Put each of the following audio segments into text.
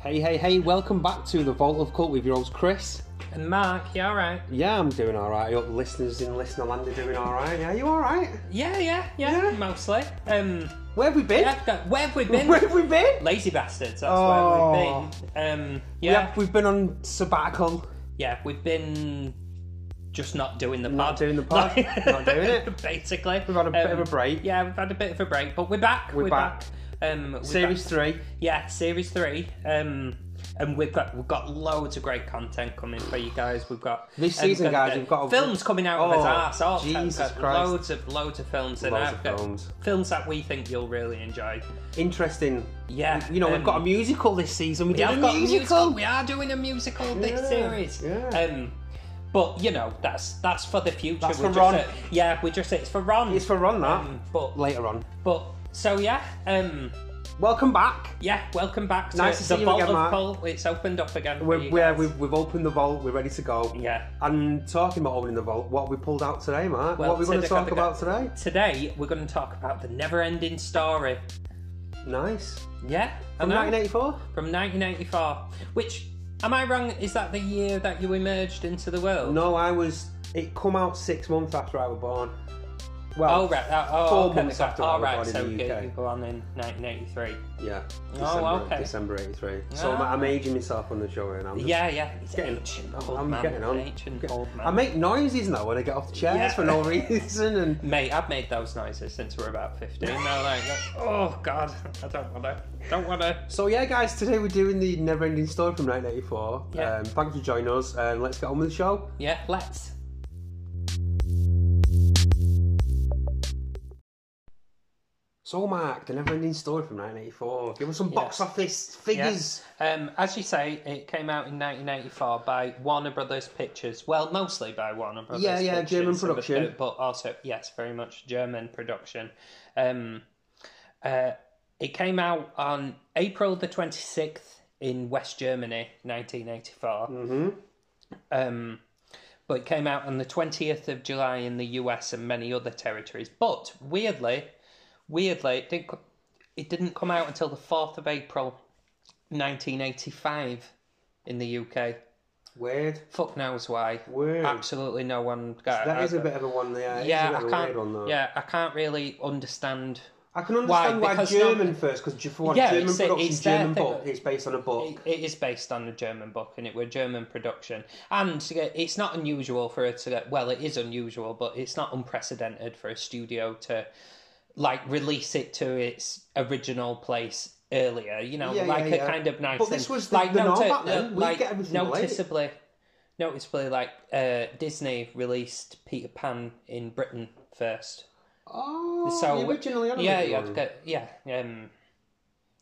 Hey, hey, hey, welcome back to the Vault of Cult with your host Chris. And Mark, you alright? Yeah, I'm doing alright. I hope the listeners in listener land are doing alright. Yeah, you alright? Yeah, yeah, yeah, Yeah. mostly. Um, Where have we been? yeah, that- where have we been? Where have we been? Lazy bastards, that's where Oh. we've been. Um, yeah, Yeah, we've been on sabbatical. yeah, we've been just not doing the pod. Not doing the pod, Like- not doing it. Basically. Um, We've had a bit of a break. Yeah, we've had a bit of a break, but we're back. We're back. Um, we're Series back. three. Yeah, series three. Um, and we've got we've got loads of great content coming for you guys. We've got This and season, we've guys, we've got a- films coming out of Oh, his arse. all time. Jesus Got Christ. Loads of loads of films and Loads I've of got films. films that we think you'll really enjoy. Interesting. Yeah, You know, um, we've got a musical this season. We we did have a got a musical. musical. We are doing a musical this Yeah, series. yeah. Um, but you know, that's that's for the future. That's we're for just Ron. uh, yeah, we just it's for Ron. It's for Ron that. Um, but Later on. but so yeah, um, Welcome back. yeah. Welcome back to Nice to the see you Vault again, of Mark. Pol- It's opened up again. for We're, you we're, guys. we've, we've opened the vault. We're ready to go. yeah. And talking about opening the vault, what have we pulled out today, Mark? Well, what are we going to today- talk about today? Today we're going to talk about the never-ending story. Nice. Yeah, I From know. 1984? from 1984. Which am I wrong? Is that the year that you emerged into the world? No, I was. It come out six months after I was born. Well, Oh right. Oh, oh, four okay. months after I All was right. born in So the you UK. you go on in 1983. yeah. Oh, okay. December '83. So I'm, Ah. I'm aging myself on the show here now. I'm just- Yeah, yeah. It's getting- ancient I'm old man. getting on. Ancient Get- old man. I make noises now when I get off the chairs Yeah. for no reason, and Mate, I've made those noises since we were about 15. They're like, oh god, I don't wanna, don't wanna. so yeah, guys. Today we're doing the never-ending story from 1984. Yeah. Um, thanks for joining us, and let's get on with the show. Yeah, let's. So, Mark, the never-ending story from 1984. Give us some box Yes. office Yeah. figures. Um, as you say, it came out in 1984 by Warner Brothers Pictures. Well, mostly by Warner Brothers. Yeah, yeah, Pictures, German production. but- but also Oh, yes, very much German production. Um, uh, it came out on April the 26th in West Germany, 1984. Mm-hmm. Um, but it came out on the 20th of July in the US and many other territories. But weirdly, weirdly, it didn't. co- It didn't come out until the 4th of April 1985 in the UK. Weird. Fuck knows why. Weird. Absolutely no one got That Hmm. is a bit of a one there. uh, Yeah, it's a bit I of a can't. weird one though. yeah, I can't really understand. I can understand Why? why, Because German first, because for one, Yeah, German it's- production, it's their German thing. book, it's based on a book. It, it is based on a German book, and it were German production. And to get- it's not unusual for it to get. Well, it is unusual, but it's not unprecedented for a studio to like release it to its original place earlier. You know, Yeah, like yeah, a yeah. kind of nice. But thing. this was the- like, the norm noti- back then. uh, We'd like, get everything late. noticeably, noticeably, like uh, Disney released Peter Pan in Britain first. oh, So the originally animated yeah, yeah, one. go- yeah. Um,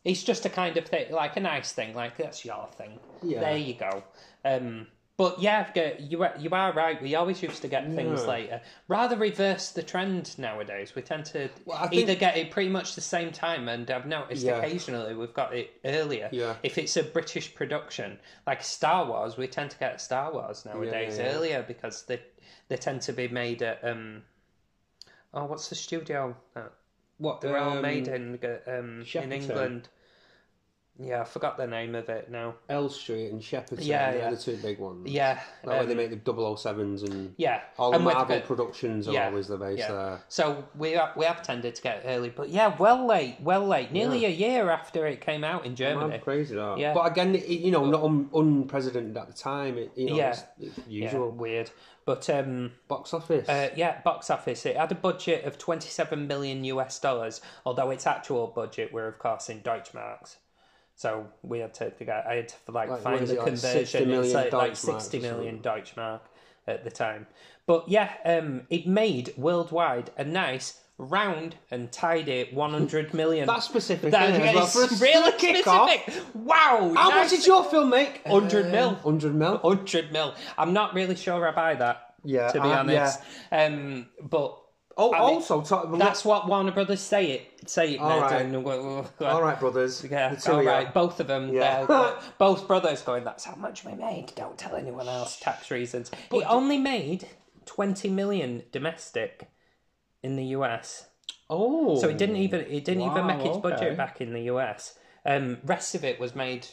it's just a kind of thing, like a nice thing, like that's your thing. Yeah. There you go. Um, but yeah, I've got- you are- you are right. We always used to get things Yeah. later. Rather reverse the trend nowadays. We tend to Well, I either think- get it pretty much the same time, and I've noticed Yeah. occasionally we've got it earlier. Yeah. If it's a British production, like Star Wars, we tend to get Star Wars nowadays yeah. earlier because they they tend to be made at um, oh, what's the studio that What they're all um, made in um, in Shepperton. England. Yeah, I forgot the name of it now. L Street and Shepperton, Yeah, they're yeah. the two big ones. Yeah, That way um, they make the 007s and yeah, all the we've Marvel got- productions are yeah, always the base yeah. there. So we have, we have tended to get it early, but yeah, well late, well late, nearly a year after it came out in Man, Germany. crazy that. Yeah. But again, it, you know, not un- unprecedented at the time. It, you know, Yeah. it's, it's Yeah, usual weird, but um, box office. uh, yeah, box office. It had a budget of twenty-seven million US dollars, although its actual budget were of course in Deutschmarks. So we had to figure. I had to like, Like, what find is the it, like 60 conversion. million it's like, Deutschmarks like or sixty million something? Deutschmark at the time. But yeah, um, it made worldwide a nice round and tidy one hundred million. That's specific. That- isn't it, as well? For a it's really kick off. specific. Wow! How much nice. did your film make? 100 mil. 100 mil. Oh, 100 mil. I'm not really sure I buy that. Yeah, to be I- honest. Um, but Oh, I mean, also, talk, that's what Warner Brothers say it say it. uh, All they're right. doing. all right, brothers. Yeah, The two all of you. right. Both of them. Yeah. they're- both brothers going. That's how much we made. Don't tell anyone else. Tax reasons. it only made 20 million domestic in the US. Oh, So it didn't even it didn't Wow, even make its okay. budget back in the US. Um, rest of it was made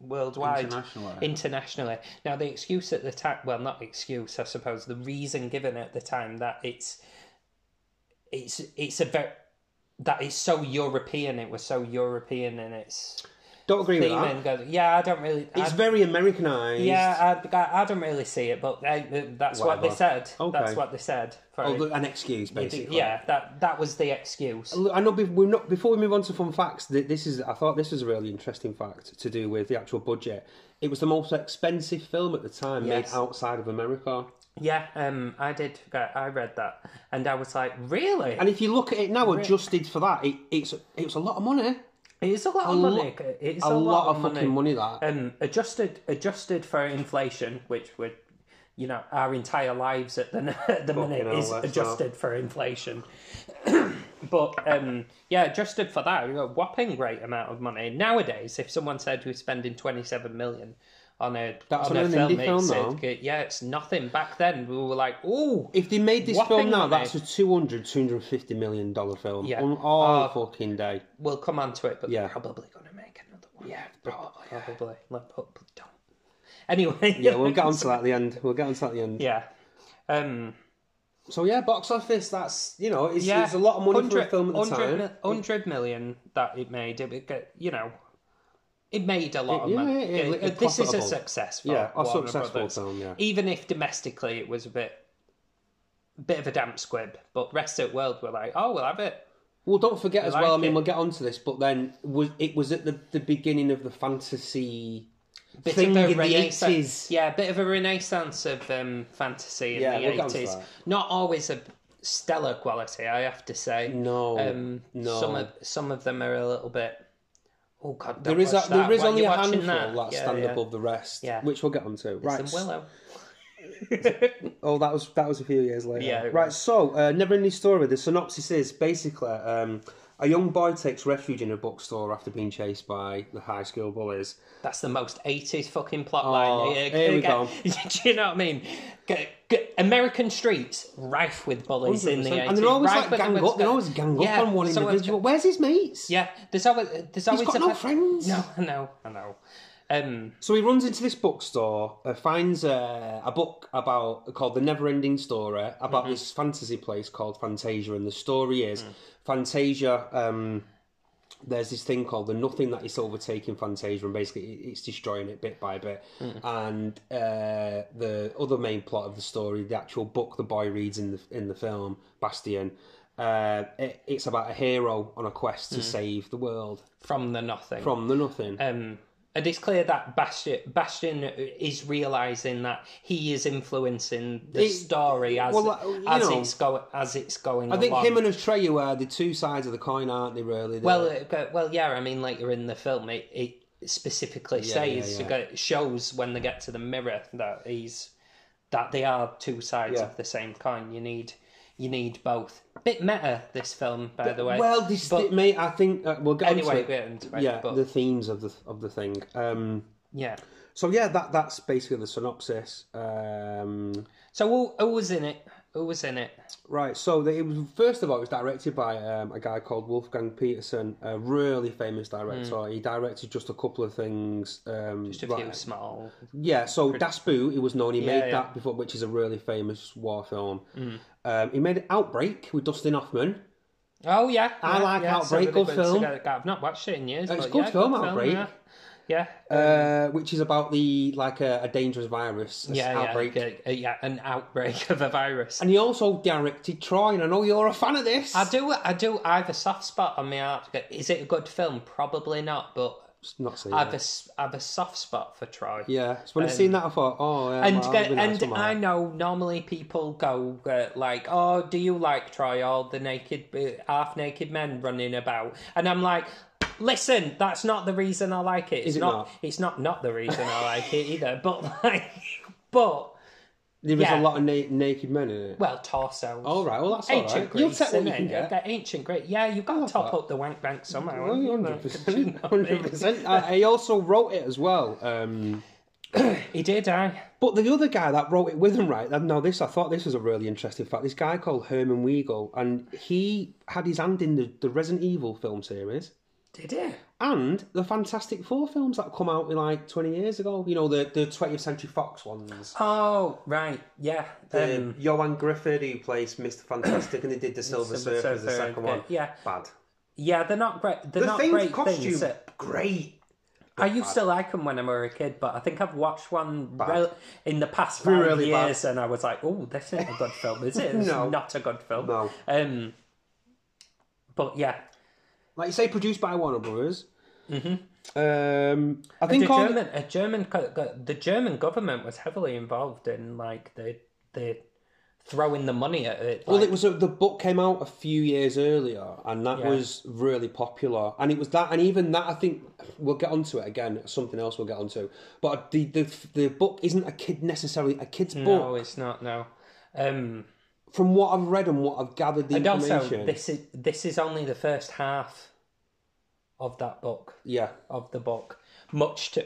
worldwide Internationally. internationally. Now, the excuse at the time, well, not excuse, I suppose, the reason given at the time that it's it's it's a very that it's so European. It was so European in its Don't agree with theme that. and goes, yeah, I don't really. It's I, very Americanized. yeah, I, I, I don't really see it, but uh, that's what they Whatever. said. Okay. That's what they said. For Oh, it. look, an excuse, They did- basically. yeah, that that was the excuse. Look, I know be- we're not, before we move on to fun facts, th- this is I thought this was a really interesting fact to do with the actual budget. It was the most expensive film at the time Yes. made outside of America. Yeah, um, I did. I read that, and I was like, really? And if you look at it now, adjusted for that, it, it's it's a lot of money. It's a lot A of lo- money. It's A, a, lot, of money. fucking money that. Um, adjusted, adjusted for inflation, which would, you know, our entire lives at the at the minute hell, is that's adjusted for inflation. but um, yeah, adjusted for that, a whopping great amount of money. Nowadays, if someone said we're spending twenty seven million on a That's on an a indie film, film, it's, though. it- yeah, it's nothing. Back then, we were like, oh, If they made this Whopping film now, money. that's a 200, 250 million dollar film Yeah. Uh, on all fucking day. we'll come on to it, but Yeah. they're probably going to make another one. Yeah, probably, probably. Like, but, but don't. Anyway, Yeah, we'll get on to that at the end. We'll get on to that at the end. Yeah. Um, So yeah, box office. That's you know, it's, yeah, it's a lot of money for a film at the 100 time. mi- 100 million that it made. It, would get- you know, it made a lot of It- yeah, money. Uh, yeah, it- it this is a profitable. success. For Yeah, a Warner successful Brothers. film, yeah. Even if domestically it was a bit, bit of a damp squib, but rest of the world were like, oh, we'll have it. Well, don't forget as like well. I mean, it. we'll get onto this, but then was it was at the, the beginning of the fantasy Bit thing of a in the renaissance- eighties. Yeah, a bit of a renaissance of um, fantasy in Yeah, we'll the get onto eighties. that. Not always a stellar quality, I have to say. No, Um, no. Some of some of them are a little bit. Oh God, don't there is a, watch that. there is Why are only you a watching handful that? that, stand above the rest, Yeah. which we'll get onto. It's Right. in Willow. Oh, that was that was a few years later. Yeah, it Right. So, uh, never ending story. The synopsis is basically um, a young boy takes refuge in a bookstore after being chased by the high school bullies. That's the most eighties fucking plot Oh, line. here we go. Do you know what I mean? G- g- American streets rife with bullies in the 100%. eighties. and they're always rife like with them gang with up. They're always gang up Yeah, on one someone's individual. Where's his mates? Yeah, there's always there's always He's got a no bad- friends. No, I know, I know. Um, So he runs into this bookstore, uh, finds uh, a book about called The Never Ending Story about this fantasy place called Fantasia, and the story is Fantasia. Um, there's this thing called the nothing that is overtaking Fantasia, and basically it- it's destroying it bit by bit. And uh, the other main plot of the story, the actual book the boy reads in the in the film Bastion, uh, it, it's about a hero on a quest to save the world from the nothing. from the nothing. um, and it's clear that Bastion, Bastion is realizing that he is influencing the It- story as well, uh, you as know, it's going as it's going. I think him and Atreyu are the two sides of the coin, aren't they? Really? They're- well, it- but- well, yeah. I mean, later in the film, it, it specifically yeah, says yeah. it shows when they get to the mirror that he's that they are two sides Yeah. of the same coin. You need you need both. Bit meta this film, by the way. well, this but- mate. I think uh, we'll get into anyway, it. we're into it, Yeah, but the themes of the of the thing. Um, yeah. so yeah, that that's basically the synopsis. Um, So who, who was in it? Who was in it? right. So the, it was first of all, it was directed by um, a guy called Wolfgang Peterson, a really famous director. He directed just a couple of things. Um, Hmm. Just a few right- small. Yeah, so Das Boot, he was known, he made yeah. Hmm. that before, which is a really famous war film. Um, he made Outbreak with Dustin Hoffman. Oh yeah, I yeah, like yeah, Outbreak, so good they- film. so they- I've not watched it in years. It's but good yeah, film, Outbreak. Yeah, yeah, Uh, which is about the like a, a dangerous virus yeah, yeah, outbreak. okay, uh, yeah, an outbreak of a virus. And he also directed Troy, and I know you're a fan of this. I do, I do. I have a soft spot on my heart. Is it a good film? Probably not, but Not seen I have a, it. s- I have a soft spot for Troy. Yeah, so when I seen that, I thought, oh, yeah, And, well, uh, that'd be nice and somehow. I know normally people go uh, like, "Oh, do you like try all the naked, uh, half-naked men running about?" And I'm like, "Listen, that's not the reason I like it. It's it not, not? It's not not the reason I like it either. But like, but there was yeah. a lot of na- naked men in it. well, torsos. all right, well that's all Ancient right. Greece, You'll take what innit? you can get. Oh, You've got Ancient Greece. Yeah, you've got to top up the wank bank somehow. haven't you? Hundred Do you percent, know what I mean? hundred percent. I I also wrote it as well. Um, He did, I. but the other guy that wrote it with him, right? and Now this, I thought this was a really interesting fact. This guy called Herman Weigel, and he had his hand in the, the Resident Evil film series. Did he? and the Fantastic Four films that come out like twenty years ago. You know the the twentieth century Fox ones. Oh, right. Yeah. The Um, Um, Johan Griffith who plays Mr. Fantastic, and they did the Silver, Silver Surfer as the Surfer, second uh, one. yeah. bad. yeah, they're not great. They're The not thing's great costume things. Uh, great. I used to like them when I were a kid, but I think I've watched one rel- in the past five Really bad. years, and I was like, "Oh, this isn't a good film, is it? It's No. not a good film." No. Um, but yeah, Like you say, produced by Warner Brothers. Mm-hmm. Um, I the think all German, a German, co- go- the German government was heavily involved in like the the throwing the money at it. Well, like- it was a, the book came out a few years earlier, and that Yeah. was really popular. And it was that, and even that, I think we'll get onto it again. Something else we'll get onto. But the the, the book isn't a kid necessarily a kid's no, book. it's not. No. Um, From what I've read and what I've gathered, the and also, information. this is this is only the first half of that book. yeah, of the book, much to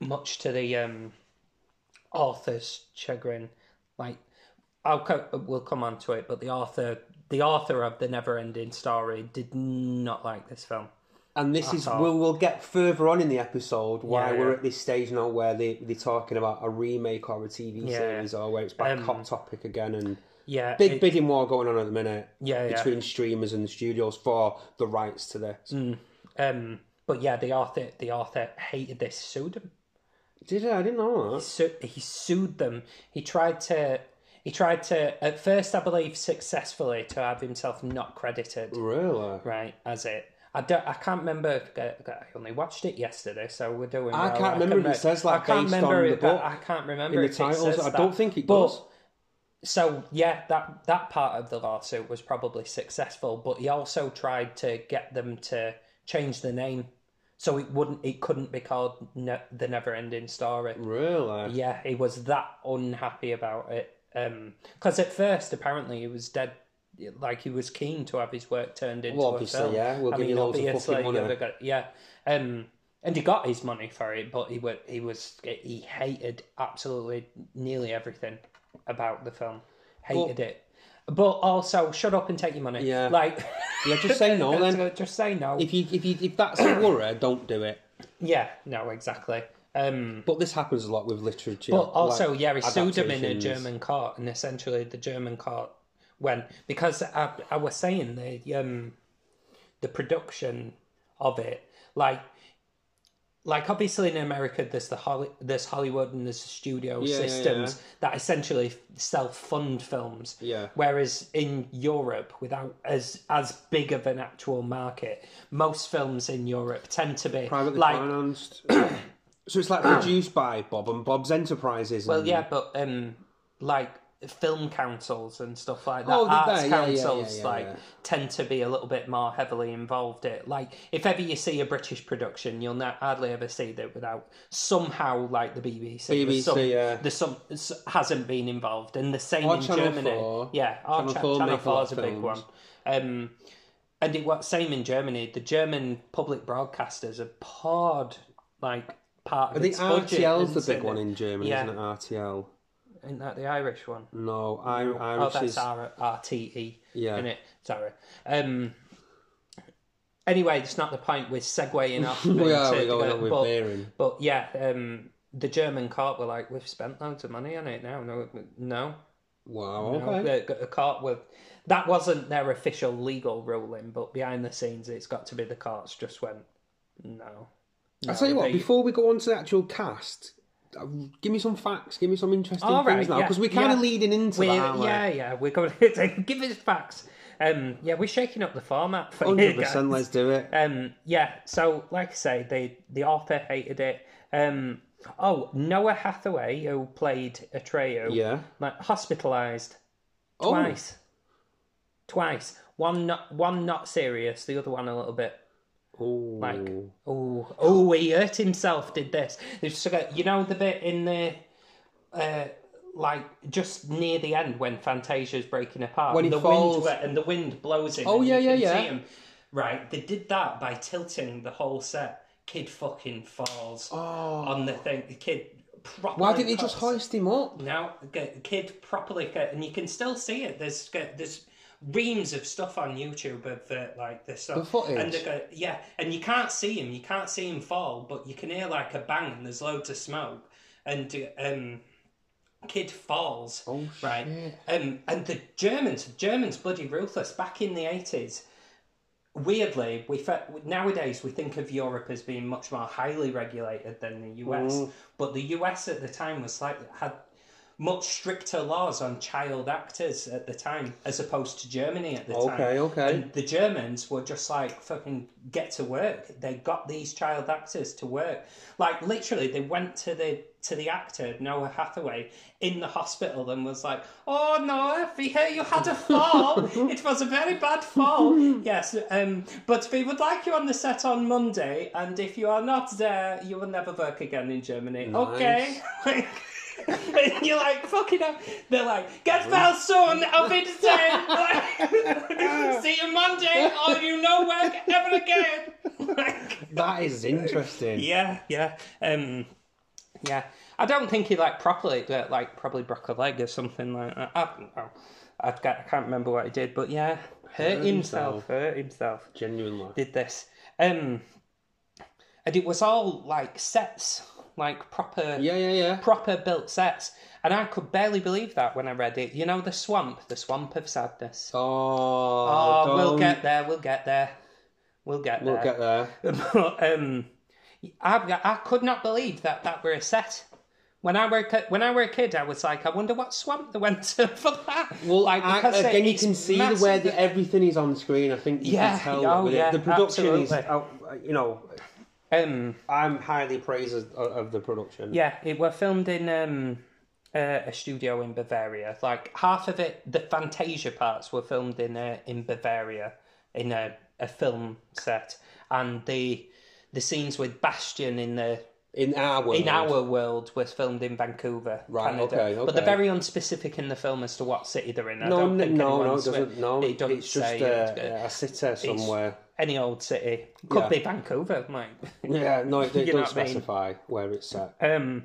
much to the um, author's chagrin. Like, I'll co- we'll come on to it, but the author the author of the Never Ending Story did not like this film. and this is all. we'll, we'll get further on in the episode why Yeah, we're yeah. at this stage now where they they're talking about a remake or a TV Yeah. series or where it's back hot topic again and. Yeah, Big it- bidding war going on at the minute Yeah, yeah. between streamers and studios for the rights to this. um, but yeah, the author the author hated this sued him. Did I? I didn't know that. Su- he sued them. He tried to. He tried to, at first, I believe, successfully to have himself not credited. Really? Right, as it. I don't. I can't remember. if- I only watched it yesterday, so we're doing. I well. can't remember if it re- says, like, I can't based remember on the if- book I, I can't remember In the if It titles, says I that. don't think it But- does. So yeah, that that part of the lawsuit was probably successful, but he also tried to get them to change the name, so it wouldn't. It couldn't be called ne- the Never Ending Story. Really? Yeah, he was that unhappy about it. Because at first, apparently, he was dead. Like he was keen to have his work turned into Well, a obviously, film. yeah, we'll I give mean, you loads of fucking obviously, money. you've got- yeah, um, and he got his money for it, but he was he was he hated absolutely nearly everything about the film. Hated it, but also shut up and take your money. Yeah. like Yeah, just say no then. just say no. If you if you if that's a worry, don't do it. yeah, no, exactly. Um, But this happens a lot with literature. But also, like yeah, he sued him in a adaptations. German court, and essentially the German court went because I, I was saying the um, the production of it, like, like obviously in America, there's the Holly, there's Hollywood and there's the studio Yeah, yeah, systems that essentially self fund films. Yeah. Whereas in Europe, without as as big of an actual market, most films in Europe tend to be privately like financed. so it's like produced by Bob and Bob's Enterprises. Well, and- yeah, but um, like film councils and stuff like that, Oh, they- arts they- yeah, yeah, yeah, councils yeah, like yeah. tend to be a little bit more heavily involved. It like if ever you see a British production, you'll not, hardly ever see that without somehow like the BBC. BBC, there's some, yeah. there's some s- hasn't been involved, and the same Or in Channel Germany. 4. Yeah, our Channel Channel, 4 Channel make a lot 4 is a of big films. one. Um, and it was same in Germany. The German public broadcasters have poured like part of I think its budget RTL's the into big it. one in Germany, Yeah. isn't it? RTL. Isn't that the Irish one? No, I, Oh, Irish that's is. R- RTE, Yeah. isn't it? Sorry. Um, anyway, it's not the point. We're segueing off. We are, Oh, into we're the- going on with but, Bearing. But yeah, um, the German court were like, we've spent loads of money on it now. No, no. Wow, no. okay. The, the court were. That wasn't their official legal ruling, but behind the scenes, it's got to be the courts just went, no. I'll tell you what, they- before we go on to the actual cast, uh, give me some facts, give me some interesting All right, things now, yeah, because we're kind of yeah. leading into We're, that, aren't we? yeah, yeah, we're going to give us facts. Um, yeah, we're shaking up the format for you Hundred guys. percent. Let's do it. Um, yeah, so like I say, the the author hated it. Um, oh, Noah Hathaway, who played Atreyu, Yeah. like hospitalized Oh. twice, twice. One not one not serious, the other one a little bit. Oh. Like, oh, oh, he hurt himself. Did this? They've just got- you know the bit in the, uh, like just near the end when Fantasia's breaking apart. When he and the falls. wind and the wind blows him. Oh, and yeah, you yeah, can yeah. see him. Right, they did that by tilting the whole set. Kid fucking falls on the thing. The kid. Properly Oh. Why didn't he cuts just hoist him up? now, g- kid properly, g- and you can still see it. There's g- there's reams of stuff on YouTube of uh, like this stuff. The footage. And they go, yeah, and you can't see him. You can't see him fall, but you can hear like a bang and there's loads of smoke. And uh, um, kid falls. Oh, right. shit. Um, and the Germans, Germans, bloody ruthless. Back in the eighties, weirdly, we fe- nowadays we think of Europe as being much more highly regulated than the US, but the US at the time was slightly had much stricter laws on child actors at the time as opposed to Germany at the time. Okay, okay. And the Germans were just like fucking get to work. They got these child actors to work. Like literally they went to the to the actor Noah Hathaway in the hospital and was like, "Oh Noah, we hear you had a fall. it was a very bad fall. yes, um, but we would like you on the set on Monday. And if you are not there, you will never work again in Germany. Oh, Okay." and you're like, fucking up. They're like, get well soon, I'll be the same. Like, See you Monday, or you no work ever again. Like, That is interesting. yeah, yeah, um, yeah. I don't think he like properly uh, like probably broke a leg or something like that. I don't know. I ca- I can't remember what he did, but yeah, hurt, Hurt himself. himself. Hurt himself. Genuinely. Did this, um, and it was all like sets, like proper, Yeah, yeah, yeah. proper built sets. And I could barely believe that when I read it. You know the swamp, the swamp of sadness. Oh, Oh, we'll don't- get there. We'll get there. We'll get there. We'll get there. But um, I, I could not believe that that were a set. When I were a ki- when I were a kid, I was like, I wonder what swamp they went to for that. Well, like I, because again, you it's can see the way massive. that everything is on screen. I think you Yeah, can tell. oh, with it. yeah, the production is, absolutely. out- you know, um I'm highly praised of, of the production. yeah, it were filmed in um uh, a studio in Bavaria. Like half of it, the Fantasia parts were filmed in uh, in Bavaria in a, a film set, and the the scenes with Bastion in the In our world. in our world was filmed in Vancouver, Right, Canada. okay, But they're okay. very unspecific in the film as to what city they're in. I No, don't no, think no, no, anyone's- it doesn't. No, it doesn't it's just say uh, it. a sitter somewhere. any old city. Could Yeah. be Vancouver, mate. Yeah, no, it, it You know doesn't what I mean? specify where it's at. um,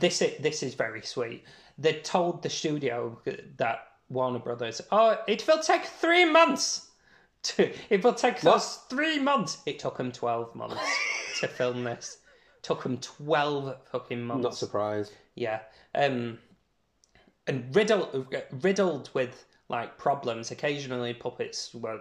this i- this is very sweet. They told the studio that Warner Brothers, oh, it will take three months. To, it will take us three months. It took them twelve months to film this. Took them twelve fucking months. Not surprised. Yeah. Um, and riddled, riddled with like problems. Occasionally, puppets were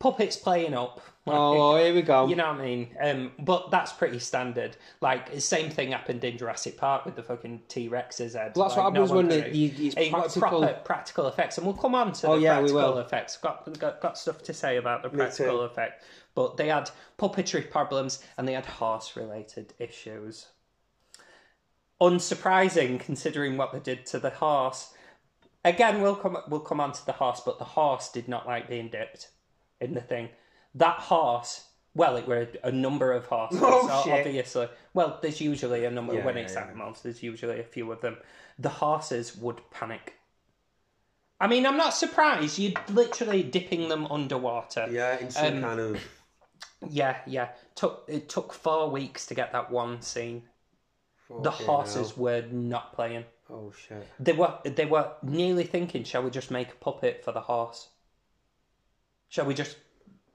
puppets playing up. Like, Oh, here we go. You know what I mean? Um, but that's pretty standard. Like, the same thing happened in Jurassic Park with the fucking T Rex's head. Well, that's Like, what no happens when one knew. it, you, it's It got practical. Oh, proper practical effects, and we'll come on to the yeah, we practical will. effects. Got, got got stuff to say about the practical effect, but they had puppetry problems and they had horse related issues. Unsurprising, considering what they did to the horse. Again, we'll come we'll come on to the horse, but the horse did not like being dipped in the thing. That horse. Well, it were a number of horses, Oh, so shit. obviously. Well, there's usually a number when yeah, it's yeah. animals. There's usually a few of them. The horses would panic. I mean, I'm not surprised. You're literally dipping them underwater. Yeah, in some kind of. yeah. yeah. Took it took four weeks to get that one scene. The Fucking horses were not playing. hell. Oh shit. They were they were nearly thinking, shall we just make a puppet for the horse? Shall we just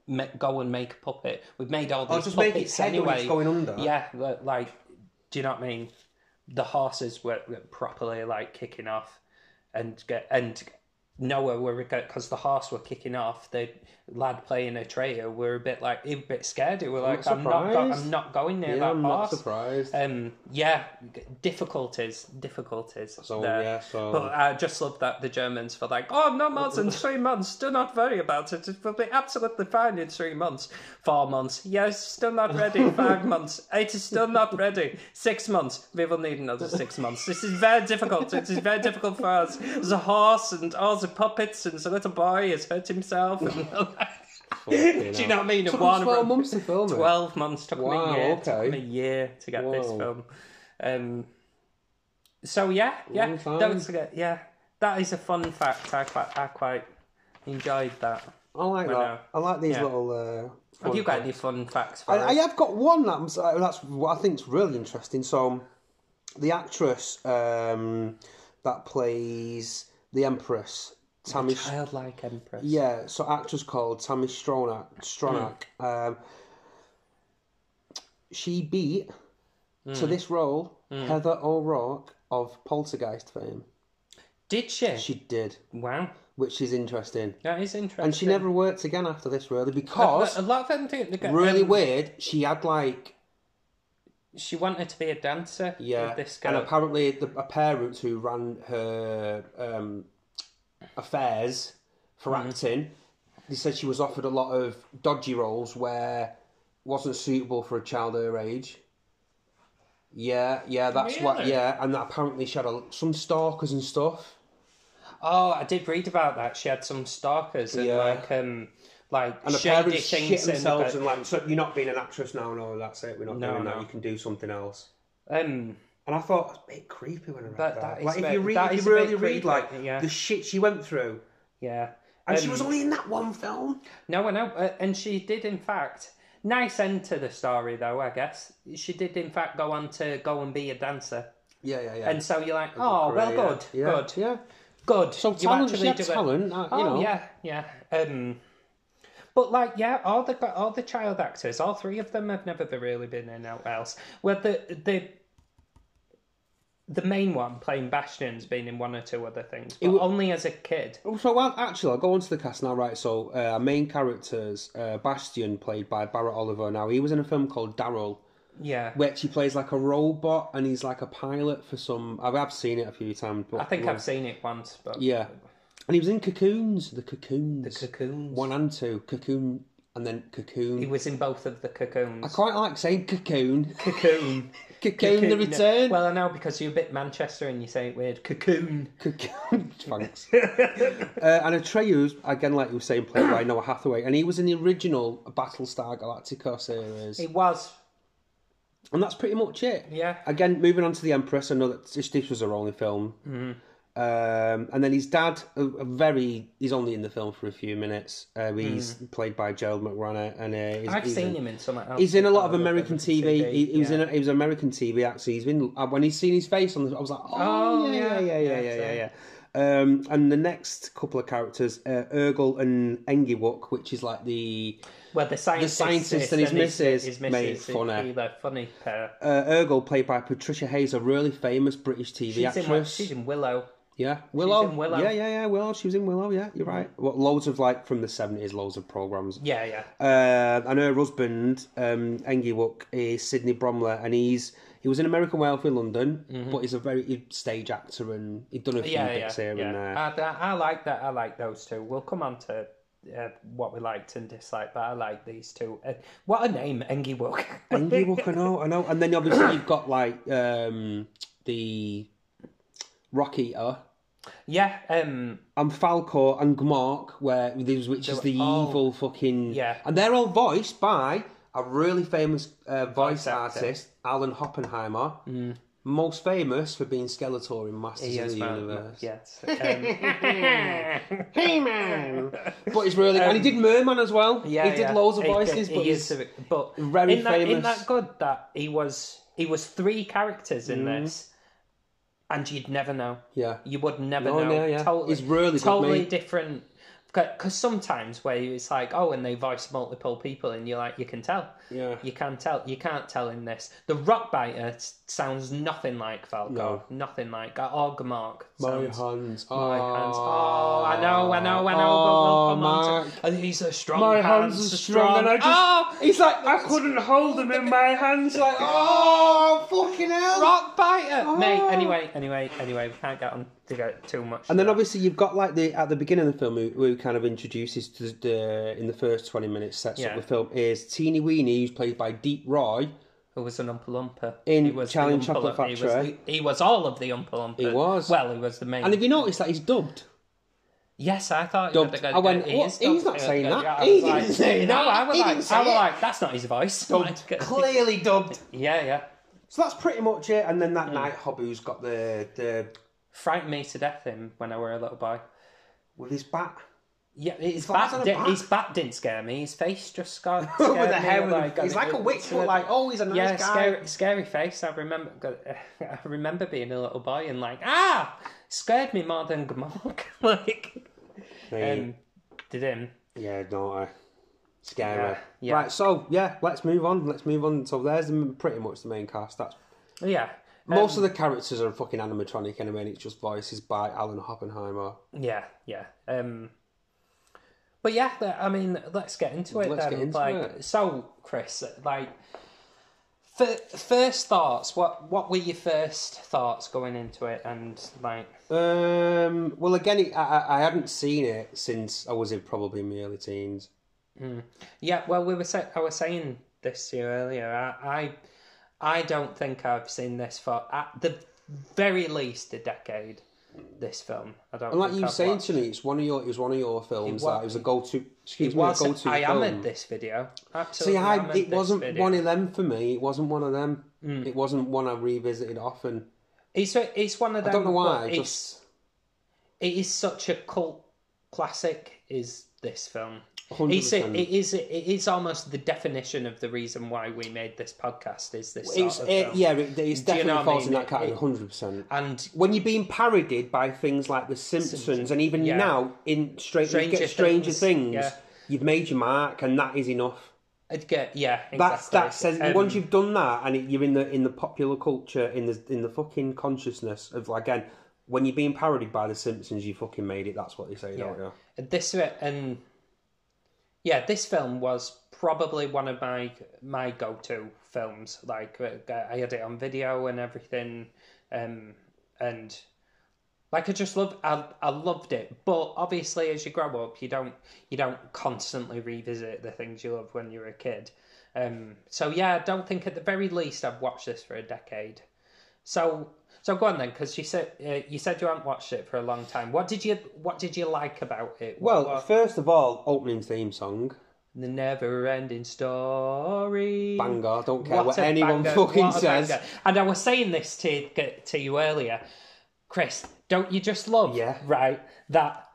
ma- go and make a puppet? We've made all these Oh, just make puppets its head when anyway. it's going under. Yeah, li- like, do you know what I mean? The horses were, were properly like kicking off, and get and Noah were because the horse were kicking off. The lad playing a traitor were a bit like he was a bit scared. He were like, not I'm not, go- surprised. I'm not going near Yeah, that I'm horse. not surprised. Um, yeah, g- difficulties, difficulties. So there. yeah, so But I just love that the Germans were like, oh, no more than three months. Do not worry about it. It will be absolutely fine in three months. Four months. Yes, still not ready. Five months. It is still not ready. Six months. We will need another six months. This is very difficult. It is very difficult for us. The horse and all the puppets and the little boy has hurt himself. And fucking Do you hell. know what I mean? Took us Warner twelve Bros. months to film it. 12 months took Wow, me a year okay. took me a year to get this Whoa. film um so yeah yeah Long time. don't forget yeah that is a fun fact i quite i quite enjoyed that I like Well, that. I like these yeah. little. Uh, have fun you got any fun facts for I, us? I have got one that I'm, s- uh, that's what I think is really interesting. So, the actress um, that plays the Empress Tammy. Childlike Empress. Yeah, so actress called Tammy Stronach. Stronach. Um, she beat to this role Heather O'Rourke of Poltergeist fame. Did she? She did, Wow. which is interesting. That is interesting. And she never worked again after this, really, A, because a lot of them think they get, really um, weird. She had like She wanted to be a dancer. yeah, with This and girl. apparently the, a parent who ran her um, affairs for Mm-hmm. acting, they said she was offered a lot of dodgy roles where wasn't suitable for a child her age. Yeah, yeah, that's what. Really? Yeah, and apparently she had a, some stalkers and stuff. oh, I did read about that. She had some stalkers and Yeah. like um like And the shady parents things shit in the themselves bed. and like, so you're not being an actress now, no, that's it, we're not No, doing no. that, you can do something else. um And I thought, that's a bit creepy when I read That- that. that is like, a if bit- you, read, that if is you a bit really read, creepy, like, yeah. the shit she went through. yeah. And Um, she was only in that one film. No, I know, uh, and she did in fact. Nice end to the story, though. I guess she did in fact go on to go and be a dancer, Yeah, yeah, yeah. and so you're like, oh, well, Korea, good, yeah. good, Yeah. good. So You talent, actually she had do it. talent, uh, you oh know. yeah, yeah. Um, but like, yeah, all the all the child actors, all three of them have never been really been in out else. Well, the the the main one playing Bastion's been in one or two other things, but only as a kid. Oh, So well, actually, I'll go on to the cast now. Right, so uh, our main characters, uh, Bastion, played by Barrett Oliver. Now he was in a film called Daryl, Yeah, which he plays like a robot, and he's like a pilot for some. I've, I've seen it a few times, but I think I've seen it once, but yeah. And he was in Cocoons, the Cocoons, cocoons. one and two, Cocoon, and then Cocoon. He was in both of the cocoons. I quite like saying Cocoon, Cocoon. Cocoon, the Return. Well, I know because you're a bit Manchester and you say it weird. Cocoon. Cocoon. Thanks. uh, and Atreus, again, like you were saying, played by Noah Hathaway, and he was in the original Battlestar Galactica series. It was. And that's pretty much it. Yeah. Again, moving on to The Empress, I know that this, this was her only film. Mm-hmm. Um, and then his dad, a, a very, he's only in the film for a few minutes. Uh, he's played by Gerald McRanner, and uh, he's, Mm. I've he's seen in, him in something else. He's in a lot of Probably American with TV. He, he was yeah. in. A, he was American TV. Actually, he's been uh, when he's seen his face on. The, I was like, oh, Oh, yeah, yeah, yeah, yeah, yeah, yeah, yeah, yeah. same. Um, and the next couple of characters, uh, Urgel and Engiwuk, which is like the Well, the scientist, scientist and his missus made funny. Funny. The funny pair. uh, Urgel, played by Patricia Hayes, a really famous British TV She's in, what- actress. she's in Willow. yeah, Willow. in Willow. Yeah, yeah, yeah. Willow. She was in Willow. Yeah, you're right. What loads of like from the seventies, loads of programs. Yeah, yeah. Uh, and her husband, um, Engiwuk, is Sidney Bromley, and he's he was in American Wealth in London, but he's a very he's a stage actor and he'd done a few Mm-hmm. Yeah, yeah. bits here and there. yeah. I, I, I like that. I like those two. We'll come on to uh, what we liked and disliked, but I like these two. Uh, what a name, Engie Wook. Engiwuk, I know, I know. And then obviously you've got like um, the Rock Eater yeah, um, and Falcor and Gmark, where these which is the all- evil fucking Yeah. and they're all voiced by a really famous uh, voice, Voice actor. Mm. artist, Alan Hoppenheimer. Most famous for being Skeletor in Masters of Yes, the man. Universe. Yes. Um, He-Man. but he's really, and he did Merman as well. Um, yeah, he did yeah. loads of He voices, did- but he he's is a bit- but very in that, In famous. that good that he was he was three characters in Mm. this, and you'd never know. yeah, You would never No, know. no, yeah. Totally, He's really good, totally mate. different. Because sometimes where it's like, oh, and they voice multiple people, and you're like, you can tell. yeah. You can tell. You can't tell in this. The rock biter s- sounds nothing like Falco. No. Nothing like Orgmark. My sounds- hands, my hands. Oh, I know, I know, I know. Oh, but we'll come on Mark. to- and he's a strong. My hands are strong, and I just. Oh, He's like, I couldn't hold them in my hands. Like, oh, fucking hell. rock biter, mate. Oh. Anyway, anyway, anyway, we can't get on to get too much. And then obviously you've got like the at the beginning of the film who, who kind of introduces to the, the in the first twenty minutes sets Yeah. up the film is Teeny Weeny who's played by Deep Roy. Who was an Oompa Loompa. In He was the Challenge Oompa Chocolate Loompa- he was Factory. the- He was all of the Oompa Loompa. He was. Well, he was the main. And have you noticed that he's dubbed? Yes, I thought. Dubbed. He had a good- I went, he what? is He's dubbed. not saying that. Yeah, I He was didn't like- say that. No, I was He like, didn't I was say it. like, that's not his voice. Clearly dubbed. yeah, yeah. So that's pretty much it. And then Mm. that night, Hobbo's got the the Frightened me to death him when I were a little boy. with his bat Yeah, his like bat, that di- bat. his bat didn't scare me. His face just scared, with scared the me. hair. like, Like, he's I mean, like a witch, it's but like oh, he's a nice yeah, guy. scary, scary face. I remember, God, I remember being a little boy and like ah, scared me more than Gmog. like They- Um, did him. Yeah, don't I? Scary. Yeah, yeah. Right, so yeah, let's move on. Let's move on. So there's the, pretty much the main cast. That's Yeah. most Um, of the characters are fucking animatronic anyway, and it's just voices by Alan Oppenheimer. Yeah, yeah. Um, but yeah, th- I mean, let's get into it Let's then. get into like, it. so Chris, like, f- first thoughts. What what were your first thoughts going into it? And like, Um, well, again, it, I, I- I hadn't seen it since I was in probably in my early teens. yeah, well, we were say- I was saying this to you earlier. I, I I don't think I've seen this for at the very least a decade. This film, I don't. And like think you were I've saying watched to me, it's one of your it was one of your films It wa- that it was a go to. Excuse It me, a was. go to I film. am this video. Absolutely. See, I, hammered it this wasn't video. Hmm. one of them for me. It wasn't one of them. It wasn't one I revisited often. It's it's one of them. I don't know why. but I It's just it is such a cult classic. Is this film? 100%. It's it, it is it is almost the definition of the reason why we made this podcast. Is this sort It's of it, film. yeah, it, it's Do definitely you know what I falls in mean? that category, It- hundred percent. And When you're being parodied by things like The Simpsons, Simpsons, and even yeah. now in Stra- Stranger, Stranger get Stranger Things, Things, yeah. you've made your mark, and that is enough. I'd get uh, yeah. Exactly. That's that says Um, once you've done that, and it, you're in the in the popular culture, in the in the fucking consciousness of like, again, when you're being parodied by The Simpsons, you fucking made it. That's what they say, don't you? this fi- and yeah, this film was probably one of my my go to films. Like uh, I had it on video and everything, um, and like I just love I, I loved it. But obviously, as you grow up, you don't you don't constantly revisit the things you love when you were a kid. Um, so yeah, I don't think at the very least I've watched this for a decade. So so go on then, because you said uh, you said you hadn't watched it for a long time. What did you What did you like about it? What- Well, what- first of all, opening theme song, the never ending story. banger. I don't care what, a anyone banger, fucking what a says. banger. And I was saying this to to you earlier, Chris. Don't you just love? Yeah. Right. That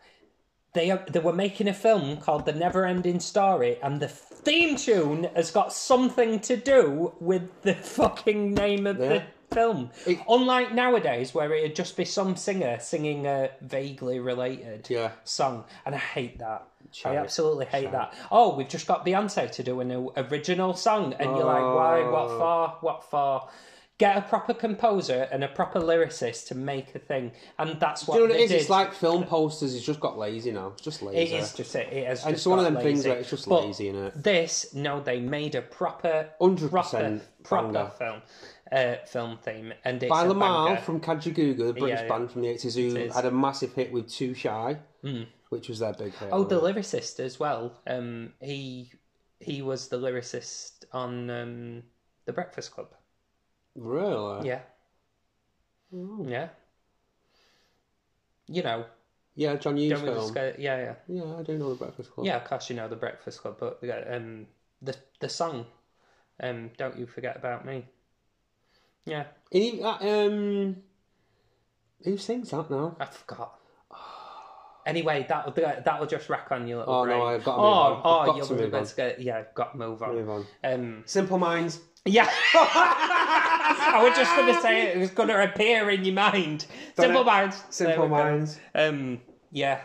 they are- they were making a film called The Never Ending Story, and the theme tune has got something to do with the fucking name of Yeah. the film. Unlike nowadays, where it'd just be some singer singing a vaguely related Yeah. song, and I hate that. Charity. I absolutely hate that. Oh, we've just got Beyonce to do an o- original song, and you're like, why? What Oh. for? What for? Get a proper composer and a proper lyricist to make a thing, and that's what You know what they it is? did. It's like film posters. It's just got lazy now. It's just it lazy. is just it. it has And just it's one of got them things lazy. where it's just But lazy, is it? This no, they made a proper, 100% proper, proper banger. film, uh, film theme, and it's By a Lamar banger. from Kajagoogoo, the British yeah. band from the 80s, who is. Mm. had a massive hit with Too Shy, which was their big hit. Oh, wasn't the it? lyricist as well. Um, he he was the lyricist on um, the Breakfast Club. Really? Yeah. Hmm. Yeah. You know, Yeah, John Hughes don't we film. just go, yeah, yeah, Yeah, I do know The Breakfast Club. yeah. Of course, you know the Breakfast Club, but uh, um, the the song, um, don't you forget about me. Yeah, And he, uh, um, who sings that now? I forgot. Anyway, that'll that'll just rack on your little Oh, no, brain. I've gotta oh, move on. I've oh, got you'll to move be able to go- yeah, I've got to move on. Move on. Um, Simple Minds. Yeah. I was just going to say it was going to appear in your mind. Done Simple it. minds. There Simple we go. Minds. Um, yeah.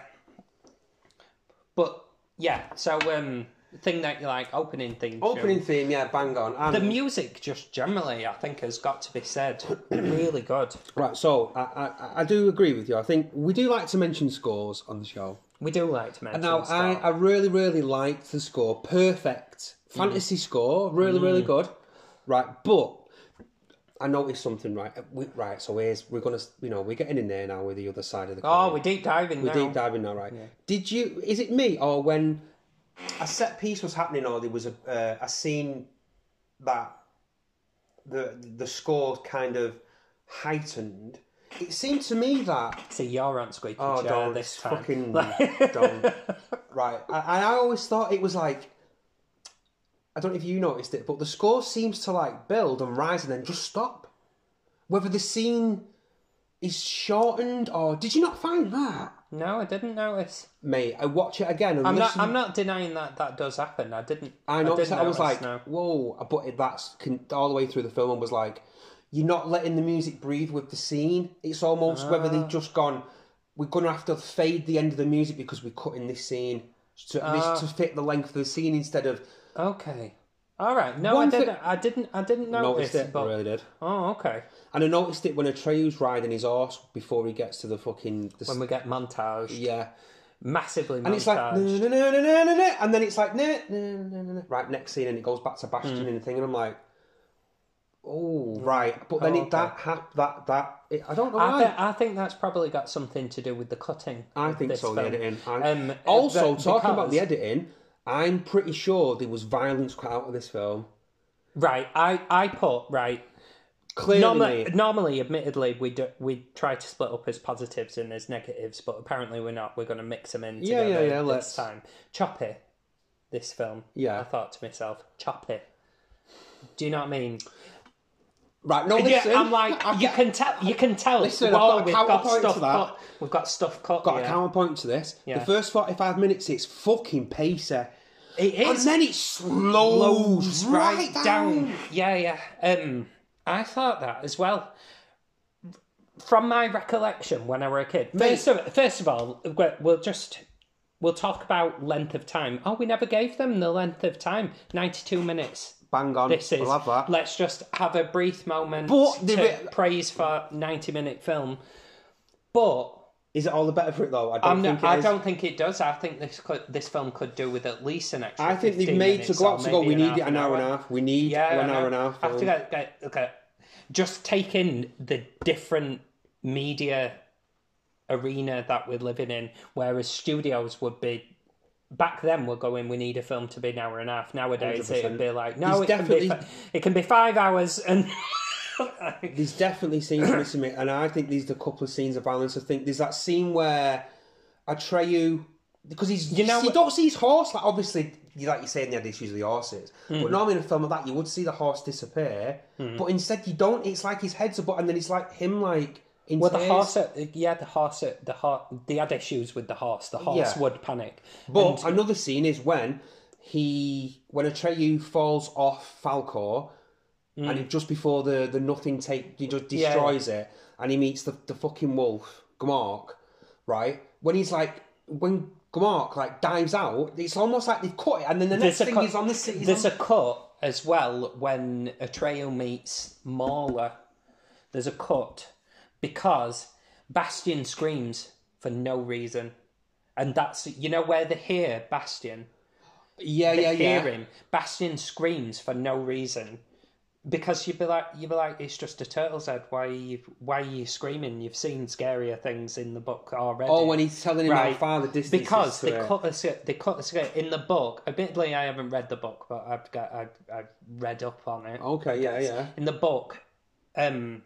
But yeah, so um, thing that you like opening thing. Opening theme, yeah, bang on. And, The music, just generally, I think, has got to be said. really good. right, so I, I, I do agree with you. I think we do like to mention scores on the show. We do like to mention. Now, I, Scar. I really, really liked the score. Perfect. Fantasy score. Really, really good. Right, but I noticed something, right? We, right, so here's, we're going to, you know, we're getting in there now with the other side of the oh, coin. we're deep diving now. We're deep diving now, right? Did you, is it me, or when a set piece was happening, or there was a, uh, a scene that the, the score kind of heightened? It seemed to me that See, you're on squeaky Oh, chair don't. this it's time. fucking Like- don't. Right. I, I always thought it was like. I don't know if you noticed it, but the score seems to like build and rise and then just stop. Whether the scene is shortened or did you not find that, no, I didn't notice. mate? I watch it again and I'm not. listen. I'm not denying that that does happen. I didn't. I noticed. did I, was like, notice, no. whoa! But it, that's con- all the way through the film and was Ah. like, you're not letting the music breathe with the scene. It's almost whether they've just gone. we're gonna have to fade the end of the music because we're cutting this scene to Ah. this to fit the length of the scene instead of Okay. All right. No, I One thing- didn't. I didn't. I didn't notice. noticed it. I but really did. oh, okay. And I noticed it when Atreyu's riding his horse before he gets to the fucking the, When we get montage, yeah. massively montage. And it's like no no no no no no no, and then it's like no no no no no. Right, next scene, and it goes back to Bastion and the thing, and I'm like, oh right. But then Oh, it, that hap, that that it, I don't know. I, why. thi- I think that's probably got something to do with the cutting. I of think this so. film. The editing. I, Um, also, but- talking about because- the editing, I'm pretty sure there was violence cut out of this film. Right, I, I put right. Clearly, Normally, mate. normally, admittedly, we do, we try to split up as positives and as negatives, but apparently we're not. We're going to mix them in Yeah, together yeah, yeah, this let's. time. Choppy, this film. Yeah. I thought to myself, choppy. Do you know what I mean? right. No, Yeah, listen, I'm like I've you got- can tell. You can tell. Listen, I've whoa, got a we've got counterpoint stuff to that. cut. We've got stuff cut. got a yeah. counterpoint to this. Yeah. The first forty-five minutes, it's fucking pacer, It and is then it slows, blows right, right down. down. Yeah, yeah. Um, I thought that as well. From my recollection, when I were a kid. First of, first of all, we- we'll just we'll talk about length of time. Oh, we never gave them the length of time. Ninety-two minutes. Bang on. This is. I love that. Let's just have a brief moment But the to re- praise for ninety-minute film. But Is it all the better for it though? I don't I'm think not, it I is. don't think it does. I think this could, this film could do with at least an extra. I think they've 15 made to minutes go or out to go. We maybe need it an hour half and a half. We need yeah, an I hour know. and a half. After that, that- okay, just take in the different media arena that we're living in, whereas studios would be. Back then, we're going. We need a film to be an hour and a half. Nowadays, it 100%. would be like no, There's it can be, definitely- fi- it can be five hours and There's definitely scenes missing it, and I think there's a couple of scenes of violence. I think there's that scene where Atreyu, because he's you know- know you don't see his horse. Like obviously, you- like you saying, they had issues with the horses, Hmm. but normally in a film like that, you would see the horse disappear, but instead you don't. It's like his head's above, and then it's like him like in Well, the tears. horse, yeah, the horse, the horse, they had issues with the horse. The horse Yeah. would panic. But another scene is when he when Atreyu falls off Falcor, and it, just before the the nothing take he just Hmm. Yeah. destroys it, and he meets the the fucking wolf Gmark, right? When he's like when Gmark like dives out, it's almost like they've cut it, and then the next There's a thing cut- is on the city. There's a cut as well when Atreyu meets Mauler. There's a cut because Bastion screams for no reason. And that's, you know, where they hear Bastion, yeah, yeah, hear yeah. him, Bastion screams for no reason. Because you'd be like, you'd be like, it's just a turtle's head. Why are you, why are you screaming? You've seen scarier things in the book already. Oh, when he's telling him Right. how far the distance is because to they it. cut us they cut us in the book admittedly i haven't read the book but i've got i've, I've read up on it Okay, yeah, yeah. in the book um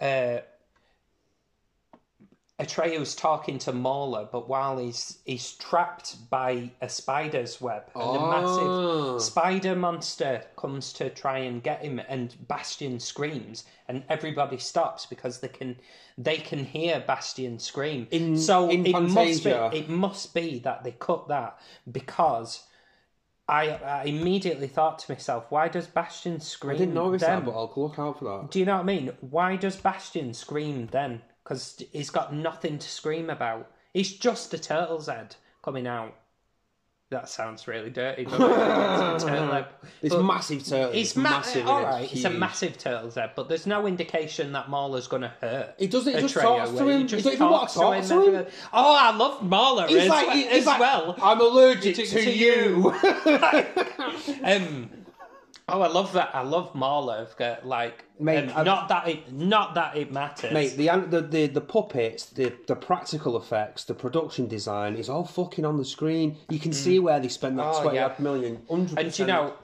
uh Atreyu's talking to Mauler, but while he's he's trapped by a spider's web, and a Oh. massive spider monster comes to try and get him, and Bastion screams, and everybody stops because they can they can hear Bastion scream. In- so in it must be Fantasia. it must be that they cut that because I, I immediately thought to myself, why does Bastion scream? I didn't notice then? that, but I'll look out for that. Do you know what I mean? Why does Bastion scream then? Because he's got nothing to scream about. He's just a turtle's head coming out. That sounds really dirty. doesn't it? It's a turtle head. It's But massive turtle. It's, ma- massive. All and right, it's a huge. massive turtle's head, but there's no indication that Mauler's going to hurt. He doesn't. He just Atreyu, talks to where him. he He just doesn't even want talks to talk to him. everything. Oh, I love Mauler as, well- as well. I'm allergic to- to, to you. Um, oh, I love that. I love Marlowe. Like, Mate, um, I've- not that it, not that it matters. Mate, the, an- the the the puppets, the the practical effects, the production design is all fucking on the screen. You can see where they spend that Oh, twenty yeah. odd million. 100%. and you know,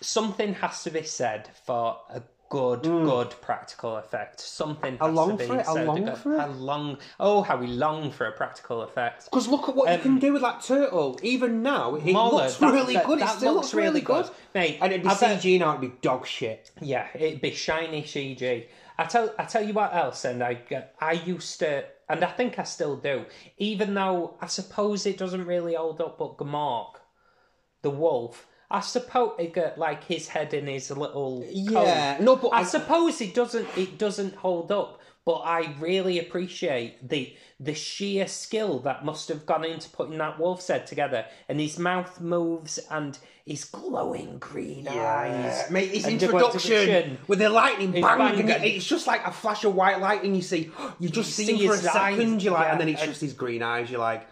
something has to be said for a good, good practical effect. Something. Has Mm. long to be for it, I said. long for it. I long. Oh, how we long for a practical effect. because look at what you can do with that turtle. Even now, it Marlowe, looks um, that- really that- good. that it still looks, really good. mate. And it'd be I bet- CG now. It'd be dog shit. Yeah, it'd be shiny CG. I tell I tell you what else, and I get- I used to, and I think I still do. Even though I suppose it doesn't really hold up, but Gmark, the wolf, I suppose it got like his head in his little Yeah, no, but I, I- suppose it doesn't it doesn't hold up. But I really appreciate the the sheer skill that must have gone into putting that wolf's head together, and his mouth moves and his glowing green eyes. Mate, his And introduction introduction. with the lightning bang, banging. and it's just like a flash of white light, and you see, you just see, see him for a his eyes, second, you're like, yeah, and then it's and- just his green eyes, you're like,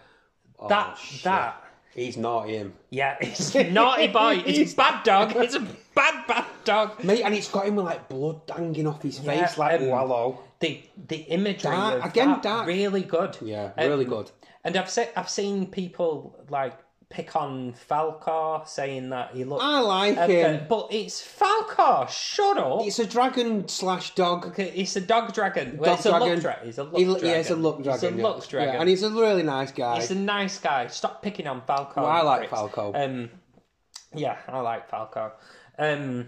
oh, That shit. that He's not him. yeah, it's naughty boy. It's a bad dog. It's a bad bad dog. Mate, and it's got him with like blood dangling off his Yeah, face, like, um, oh, hello. The the imagery Dark- of again, that, dark. really good. Yeah, Um, really good. And I've se- I've seen people like pick on Falcor, saying that he looks. I like Okay, him. but it's Falcor. Shut up. It's It's, a dragon slash dog. it's a dog dragon. Well, Dog it's a dragon. luck dragon. It's a luck He- dragon. Yeah, it's a luck dragon. It's a yeah. luck dragon. Yeah, and he's a really nice guy. He's a nice guy. Stop picking on Falco. Well, I like Brits. Falco. Um, yeah, I like Falco. Um,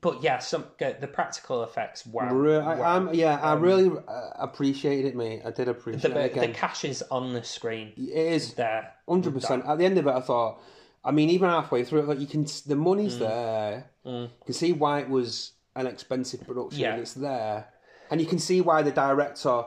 but yeah, some uh, the practical effects. Wow. Re- I, wow. Um, I'm, yeah, I really uh, appreciated it, mate. I did appreciate the, it the again. cash is on the screen it is there. hundred percent. At the end of it, I thought, I mean, even halfway through, it, like you can, s- the Mm. money's there. You can see why it was an expensive production, Yeah. and it's there, and you can see why the director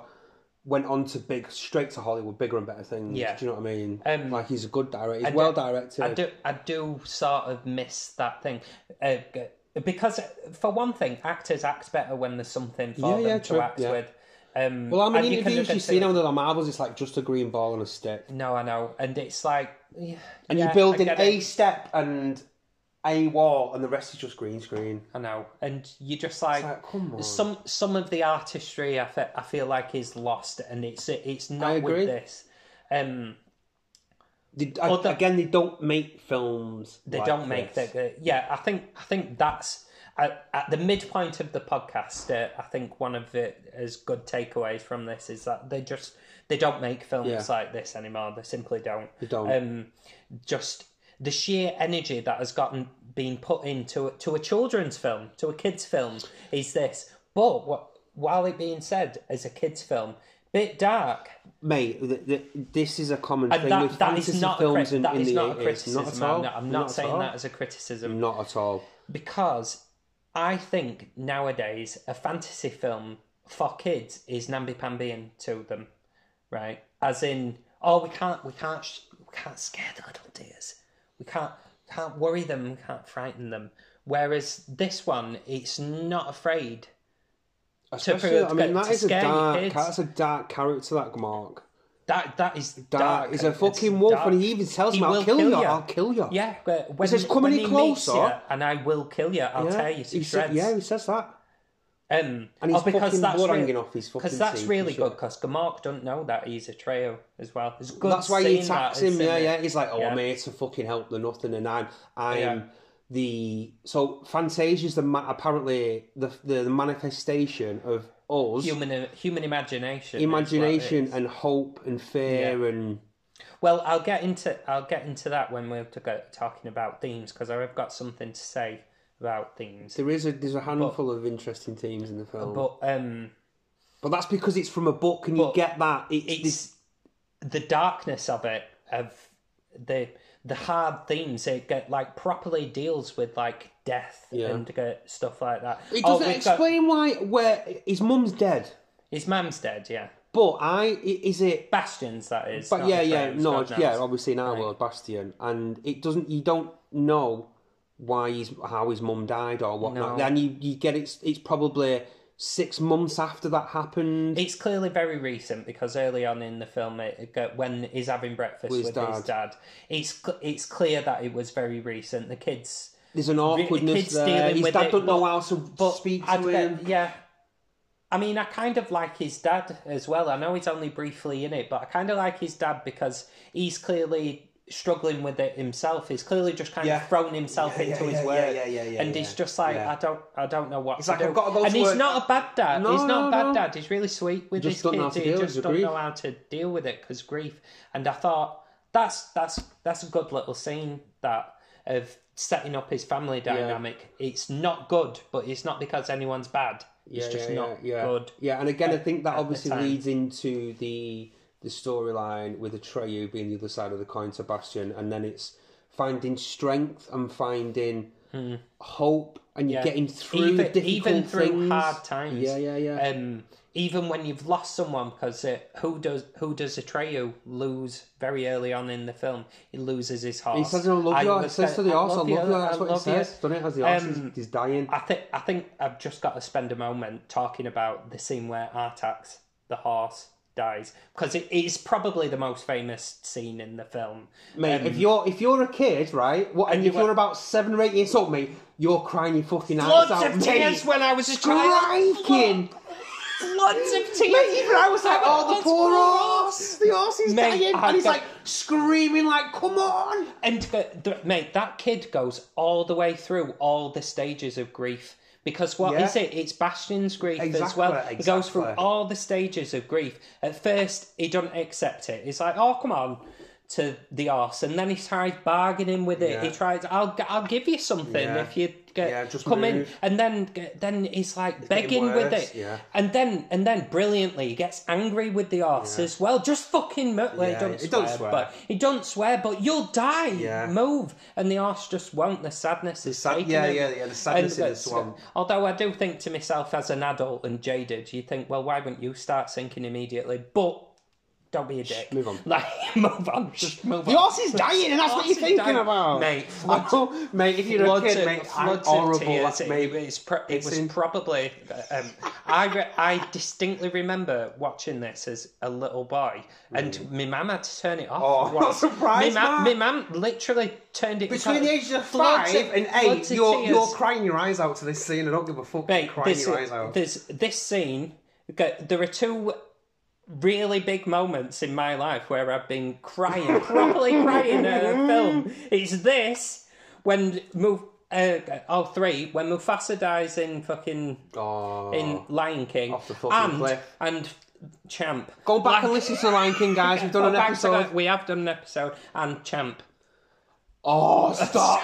went on to big, straight to Hollywood, bigger and better things. Yeah. Do you know what I mean? Um, like he's a good director. He's well directed. I do, I do sort of miss that thing. Uh, g- because, uh, for one thing, actors act better when there's something for Yeah, them yeah, to true, act yeah. with. Um, well, I and mean, you can interviews look you and see see- now with the Marvels, it's like just a green ball and a stick, No, I know. And it's like. and you're building a step and a wall, and the rest is just green screen. I know, and you just like, like, come on. some some of the artistry. I, fe- I feel like is lost, and it's it's not agree. with this. Um, They, I- Well, the- again, they don't make films. they don't make the yeah. I think I think that's at, at the midpoint of the podcast. Uh, I think one of the as good takeaways from this is that they just they don't make films Yeah. like this anymore. They simply don't. They don't. Um, just the sheer energy that has gotten been put into to a children's film, to a kids film, is this. But what, while it being said as a kids film, bit dark. Mate, th th this is a common And thing Uh, that, with that is fantasy not a, films cri- in, that in is the not a 80s. criticism. Not at all. I'm not, I'm not at saying all. that as a criticism Not at all. because I think nowadays a fantasy film for kids is namby pambying to them, right? As in, oh, we can't, we can't, sh- we can't scare the little dears. We can't, can't worry them. We can't frighten them. Whereas this one, it's not afraid. Especially, prove- I mean, to that is a scare your dark. kids. That's a dark character. That Mark. That that is Dark, dark. is a It's fucking wolf, dark. and he even tells He him, "I'll will kill, kill you. ya." I'll kill you." Yeah, but when says, "Come when any he meets closer." you, and I will kill you. I'll tear you to He said- shreds. yeah, he says that. Um, And he's oh, because fucking that's blood really, hanging off his fucking Because that's teeth really and shit. good. Because Gamark don't know that he's a trail as well. It's good. That's why he seeing attacks that, him. isn't Yeah, it? yeah. He's like, "Oh, Yeah. I'm here to fucking help the nothing," and I'm, I'm Yeah. the. So Fantasia's the ma- apparently the, the the manifestation of us, Human, human imagination. is what it imagination, is. and hope, and fear, and Well, I'll get into I'll get into that when we're to go- talking about themes because I've got something to say about themes. there is a there's a handful of interesting themes in the film, but, But um, that's because it's from a book, and you But get that it's, this, it's the darkness of it of the the hard themes it get like properly deals with like death Yeah. and uh, stuff like that. It Oh, doesn't we've got- explain why where his mum's dead, His mum's dead, yeah. but I i- is it. Bastions, that is. But not yeah, the yeah, Frames, no, God knows. yeah. Obviously, in our world, Bastion, and it doesn't. You don't know why he's how his mum died or whatnot. No. Then you you get it's it's probably six months after that happened. It's clearly very recent because early on in the film, it, it go- when he's having breakfast with, his his dad, it's cl- it's clear that it was very recent. The kids, There's an awkwardness kids there. dealing His with dad it, don't know but- how to but speak I'd to get- him. yeah. I mean, I kind of like his dad as well. I know he's only briefly in it, but I kind of like his dad because he's clearly struggling with it himself. He's clearly just kind Yeah. of thrown himself Yeah, yeah, into yeah, his yeah, work, yeah, yeah, yeah, and yeah. he's just like, Yeah. I don't, I don't know what. It's like, I've gotta go to and he's work. not a bad dad. No, he's not no, a bad no. dad. He's really sweet with Just his don't know how kids. to he deal with just the don't grief. know how to deal with it because grief. And I thought that's that's that's a good little scene that of setting up his family dynamic. It's not good, but it's not because anyone's bad. It's just yeah, not yeah. good. Yeah, and again, I think that the obviously time. leads into the the storyline with Atreyu being the other side of the coin to Bastion, and then it's finding strength and finding hope, and you're Hmm. Yeah. getting through even difficult even through things. hard times. Yeah, yeah, yeah. Um, even when you've lost someone, because uh, who does who does Atreyu lose very early on in the film? He loses his horse. he says, "I love you." He was- says to the I horse, "I love you." That's I what he love you. says. Don't it? As the horse is- Um, he's dying. I think I think I've just got to spend a moment talking about the scene where Artax, the horse, dies because it is probably the most famous scene in the film. Mate, if you're if you're a kid, right, what, and um, you if you're were- about seven or eight years old, mate, you're crying your fucking eyes Floods out, of mate. tears when I was a child. Cracking. Floods of tears. Mate, even I was like, oh, the That's poor gross. horse. The horse is Mate, dying. I And he's got- like screaming, like, come on. And the, the, mate, that kid goes all the way through all the stages of grief because what is Yeah. it? It's Bastion's grief as Exactly, well. He goes exactly. through all the stages of grief. At first, he doesn't accept it. He's like, "Oh, come on." To the arse, and then he tries bargaining with it. He Yeah. tries, "I'll, I'll give you something Yeah. if you get Yeah, just come in." move. And then, then he's like begging getting with worse, it, yeah. and then, and then, brilliantly, he gets angry with the arse as well. Just fucking, mo- well, Yeah, he don't he swear, don't swear. but he don't swear, but you'll die. Yeah. Move. And the arse just won't. The sadness is sad- taking yeah, him. yeah, yeah, the sadness in the that's- swamp. Although I do think to myself as an adult and jaded, you think, well, why wouldn't you start sinking immediately? But don't be a dick. move on. Like move on. Just move on. The horse is dying, and that's what you're Horse is thinking dying. about. Mate, floods- Oh, mate, if you're a Floods kid, of- mate, I'm floods of horrible. tears. Like, mate, It was, pro- it it's was in- probably. Um, I re- I distinctly remember watching this as a little boy, and my mum had to turn it Mm. Oh, off. I'm once. not surprised, My mum, my Mark. mum literally turned it between the ages of five Floods of- and floods eight, of you're, tears. you're crying your eyes out to this scene. I don't give a fuck. Mate, you're crying this, your eyes out. there's this scene. okay, There are two really big moments in my life where I've been crying, properly crying at a film. It's this when move. Uh, all three when Mufasa dies in fucking Oh. in Lion King Off the fucking and cliff. and Champ. Go back Like- and listen to Lion King, guys. We've Go done an back to episode. that. We have done an episode and Champ. Oh, stop.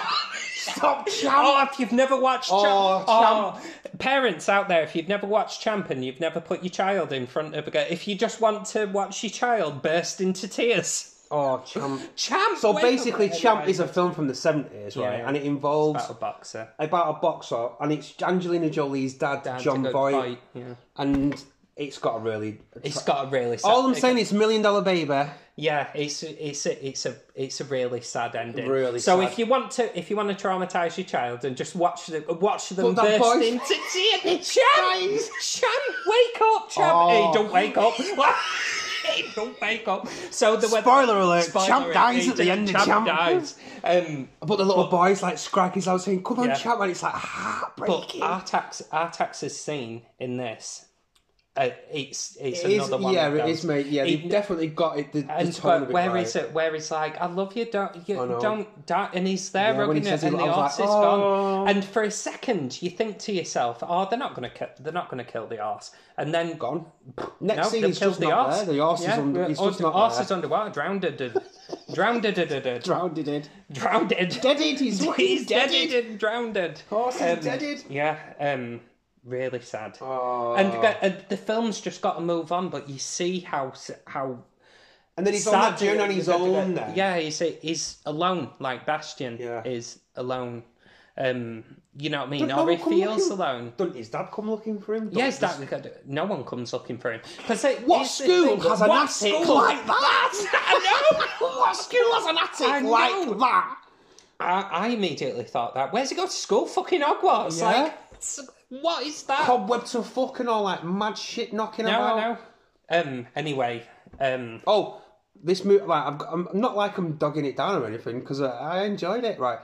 stop, champ. Oh, if you've never watched Champ, Oh, oh, parents out there, if you've never watched Champ and you've never put your child in front of a girl, if you just want to watch your child burst into tears, Oh, champ. Champ. So wait- basically, Anyway, Champ is a film from the 70s, right? yeah. And it involves about a boxer. about a boxer, and it's Angelina Jolie's dad, Had to John go Voight, fight, Yeah. and it's got a really. It's got a really. Sad, All I'm saying is Million Dollar Baby. Yeah, it's it's a, it's a it's a really sad ending. Really so sad. if you want to if you want to traumatize your child and just watch them watch them Put that burst voice- into tears, champ, Guys. champ, wake up, champ! Oh. Hey, don't wake up! hey, don't wake up! So the weather- Spoiler alert, Spoiler Champ alert, dies at the end of Champ. dies. Um, But the little boy's like scraggies out saying, Come on, Yeah. Champ. And it's like but heartbreaking. Artax Artax's scene in this, uh, it's it's It is- another one. yeah, of it those. is, mate. Yeah, It- they've definitely got it. The, the And tone but of it where right. he's at- where he's like, I love you, don't you know. don't die and he's Yeah, there when rubbing he it says and he- the I was arse like, is "Oh." gone. And for a second you think to yourself, Oh, they're not gonna kill they're not gonna kill the arse and then Gone. Next No, scene, they've he's killed just the not arse. there. The arse yeah, is under. the He's arse- just not arse there. is underwater, drowned drowned Drowned it. drowned Deaded. He's, He's he's deaded deaded. and drowned. Horse is deaded. Yeah, um really sad. Oh. And, and the film's just got to move on, but you see how s- how And then he's on sad that journey on his own then. Yeah, he's he's alone. Like Bastion Yeah. is alone. Um, you know what I mean? Don't- no or he one come feels looking- alone. Doesn't his dad come looking for him? Yes, Doesn't- that no one comes looking for him because What school has an attic like that? I know. what school has an I attic know. like that? I, I immediately thought that. Where's he go to school? Fucking Hogwarts. Yeah. Like, s- what is that? Cobweb to fuck and all that mad shit knocking no, about. I know. Um. Anyway. Um. Oh, this movie, like, I've got, I'm not like I'm dogging it down or anything because uh, I enjoyed it. Right,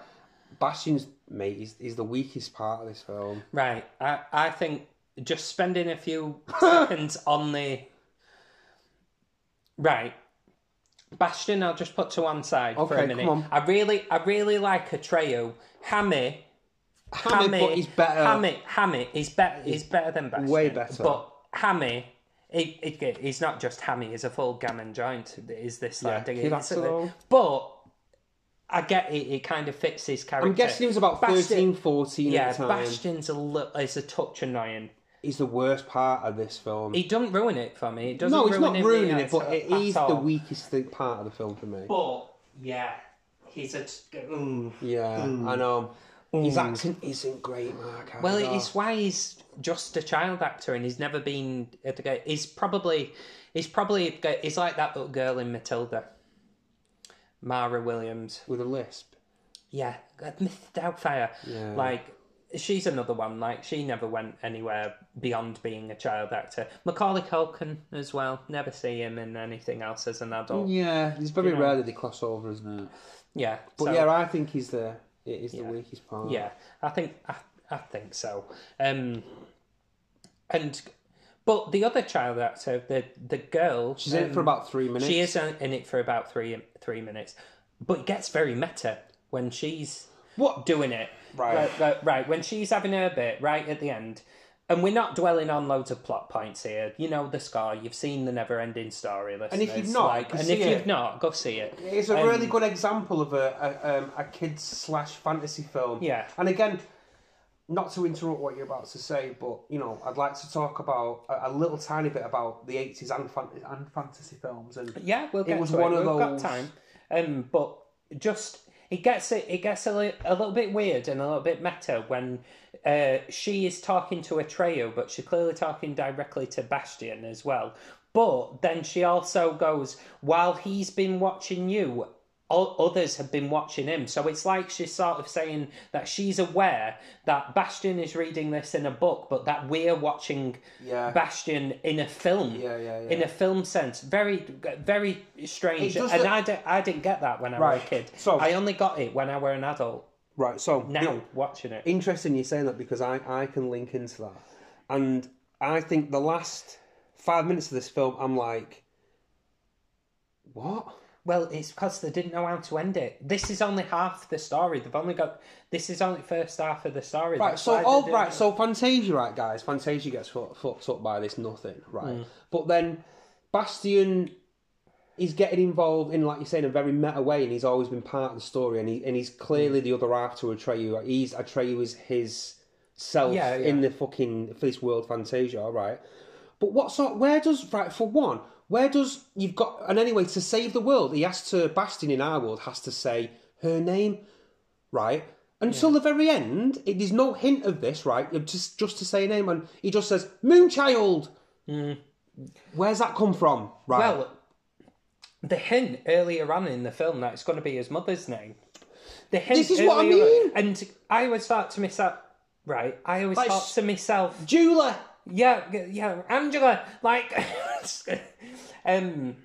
Bastion's mate is, is the weakest part of this film. Right. I, I think just spending a few seconds on the. Right. Bastion, I'll just put to one side for Okay, a minute. come on. I really, I really like Atreyu. Hammy, Hammy, but he's better. Hammy, Hammy is better. Is better than Bastion. way better. But Hammy, he, he, he's not just Hammy. He's a full gammon giant. Is this lad? he It's- that's it all. but I get it. It kind of fits his character. I'm guessing he was about Bastion- 13, 14 yeah, at the time. Bastion's a little, is a touch annoying. He's the worst part of this film. He doesn't ruin it for me. It doesn't no, he's ruin not it ruining at it, but it all- is at the uh, all. weakest thing, part of the film for me. But yeah, he's a. t- mm. Hmm. Yeah, I know. His accent isn't great, Mark. I Well, know. it's why he's just a child actor and he's never been. He's probably, he's probably, he's like that little girl in Matilda, Mara Williams. with a lisp. Yeah, Miss Doubtfire. Yeah. Like she's another one. Like she never went anywhere beyond being a child actor. Macaulay Culkin as well. Never see him in anything else as an adult. Yeah, it's very rare that they cross over, isn't it? Yeah, But so- yeah, I think he's the it is the weakest part. Yeah, I think I, I think so. Um, and but the other child actor, the the girl, she's in it for about three minutes. Um, she is in it for about three three minutes, but it gets very meta when she's What? doing it. Right. right, right, right. When she's having her bit, right at the end. And we're not dwelling on loads of plot points here. You know the score. You've seen the never-ending story. And if you've not, like, go and see if it. you've not, go see it. It's a um, really good example of a a, um, a kids slash fantasy film. Yeah. and again, not to interrupt what you're about to say, but you know, I'd like to talk about a, a little tiny bit about the eighties and fan- and fantasy films and Yeah, we'll get was to one it. of We've those- got time. Um, but just it gets it, it gets a, li- a little bit weird and a little bit meta when uh, she is talking to Atreyu, but she's clearly talking directly to Bastion as well. But then she also goes, while he's been watching you, o- others have been watching him. So it's like she's sort of saying that she's aware that Bastion is reading this in a book, but that we're watching Yeah. Bastion in a film Yeah, yeah, yeah. in a film sense. Very, very strange. It does And look- I, di- I didn't get that when I was Right. a kid. So- I only got it when I were an adult. right. So Now watching it, interesting you saying that because I, I can link into that. And I think the last five minutes of this film, I'm like, what? well, it's because they didn't know how to end it. This is only half the story. They've only got this is only first half of the story. Right, so oh, right, so Fantasia, right, guys, Fantasia gets fu- fucked up by this nothing, right? Mm. But then Bastion is getting involved in, like you're saying, a very meta way, and he's always been part of the story, and he and he's Mm. clearly the other half to Atreyu. He's Atreyu is his self Yeah, yeah. in the fucking for this world Fantasia, all right? But what sort? Where does right for one? Where does you've got? And anyway, to save the world, he has to Bastion in our world has to say her name, right? Until the very end, it, there's no hint of this, right? You're Just just to say a name, and he just says Moonchild. Where's that come from? Right. Mm. well, the hint earlier on in the film that it's going to be his mother's name. The hint This is what I earlier- mean. And I always thought to myself, right? I always Like, thought s- to myself, Jula. Yeah, g- yeah, Angela, like, um,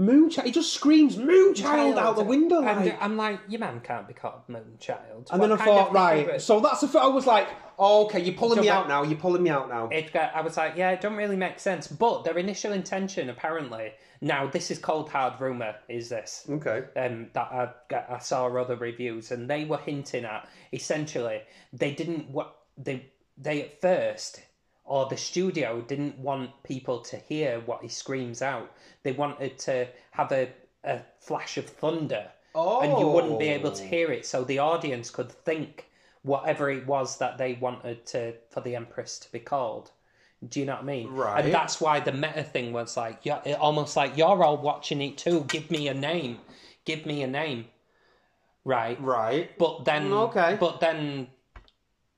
Moonchild. He just screams Moonchild child. out the window. And uh, Like. I'm like, your man can't be called Moonchild. And then I thought, right, so that's the. f- I was like, "Oh, okay, you're pulling me So, Eh, out now. You're pulling me out now. It got, I was like, yeah, it don't really make sense. But their initial intention, apparently, now this is cold hard rumor, is this? Okay. um, that I, that I saw other reviews, and they were hinting at essentially they didn't what they they at first or the studio didn't want people to hear what he screams out. They wanted to have a a flash of thunder, and you wouldn't be able to Oh. hear it, so the audience could think whatever it was that they wanted to for the Empress to be called. Do you know what I mean? Right. And that's why the meta thing was like, yeah, it almost like you're all watching it too. Give me a name. Give me a name. Right. Right. But then, Mm, Okay. But then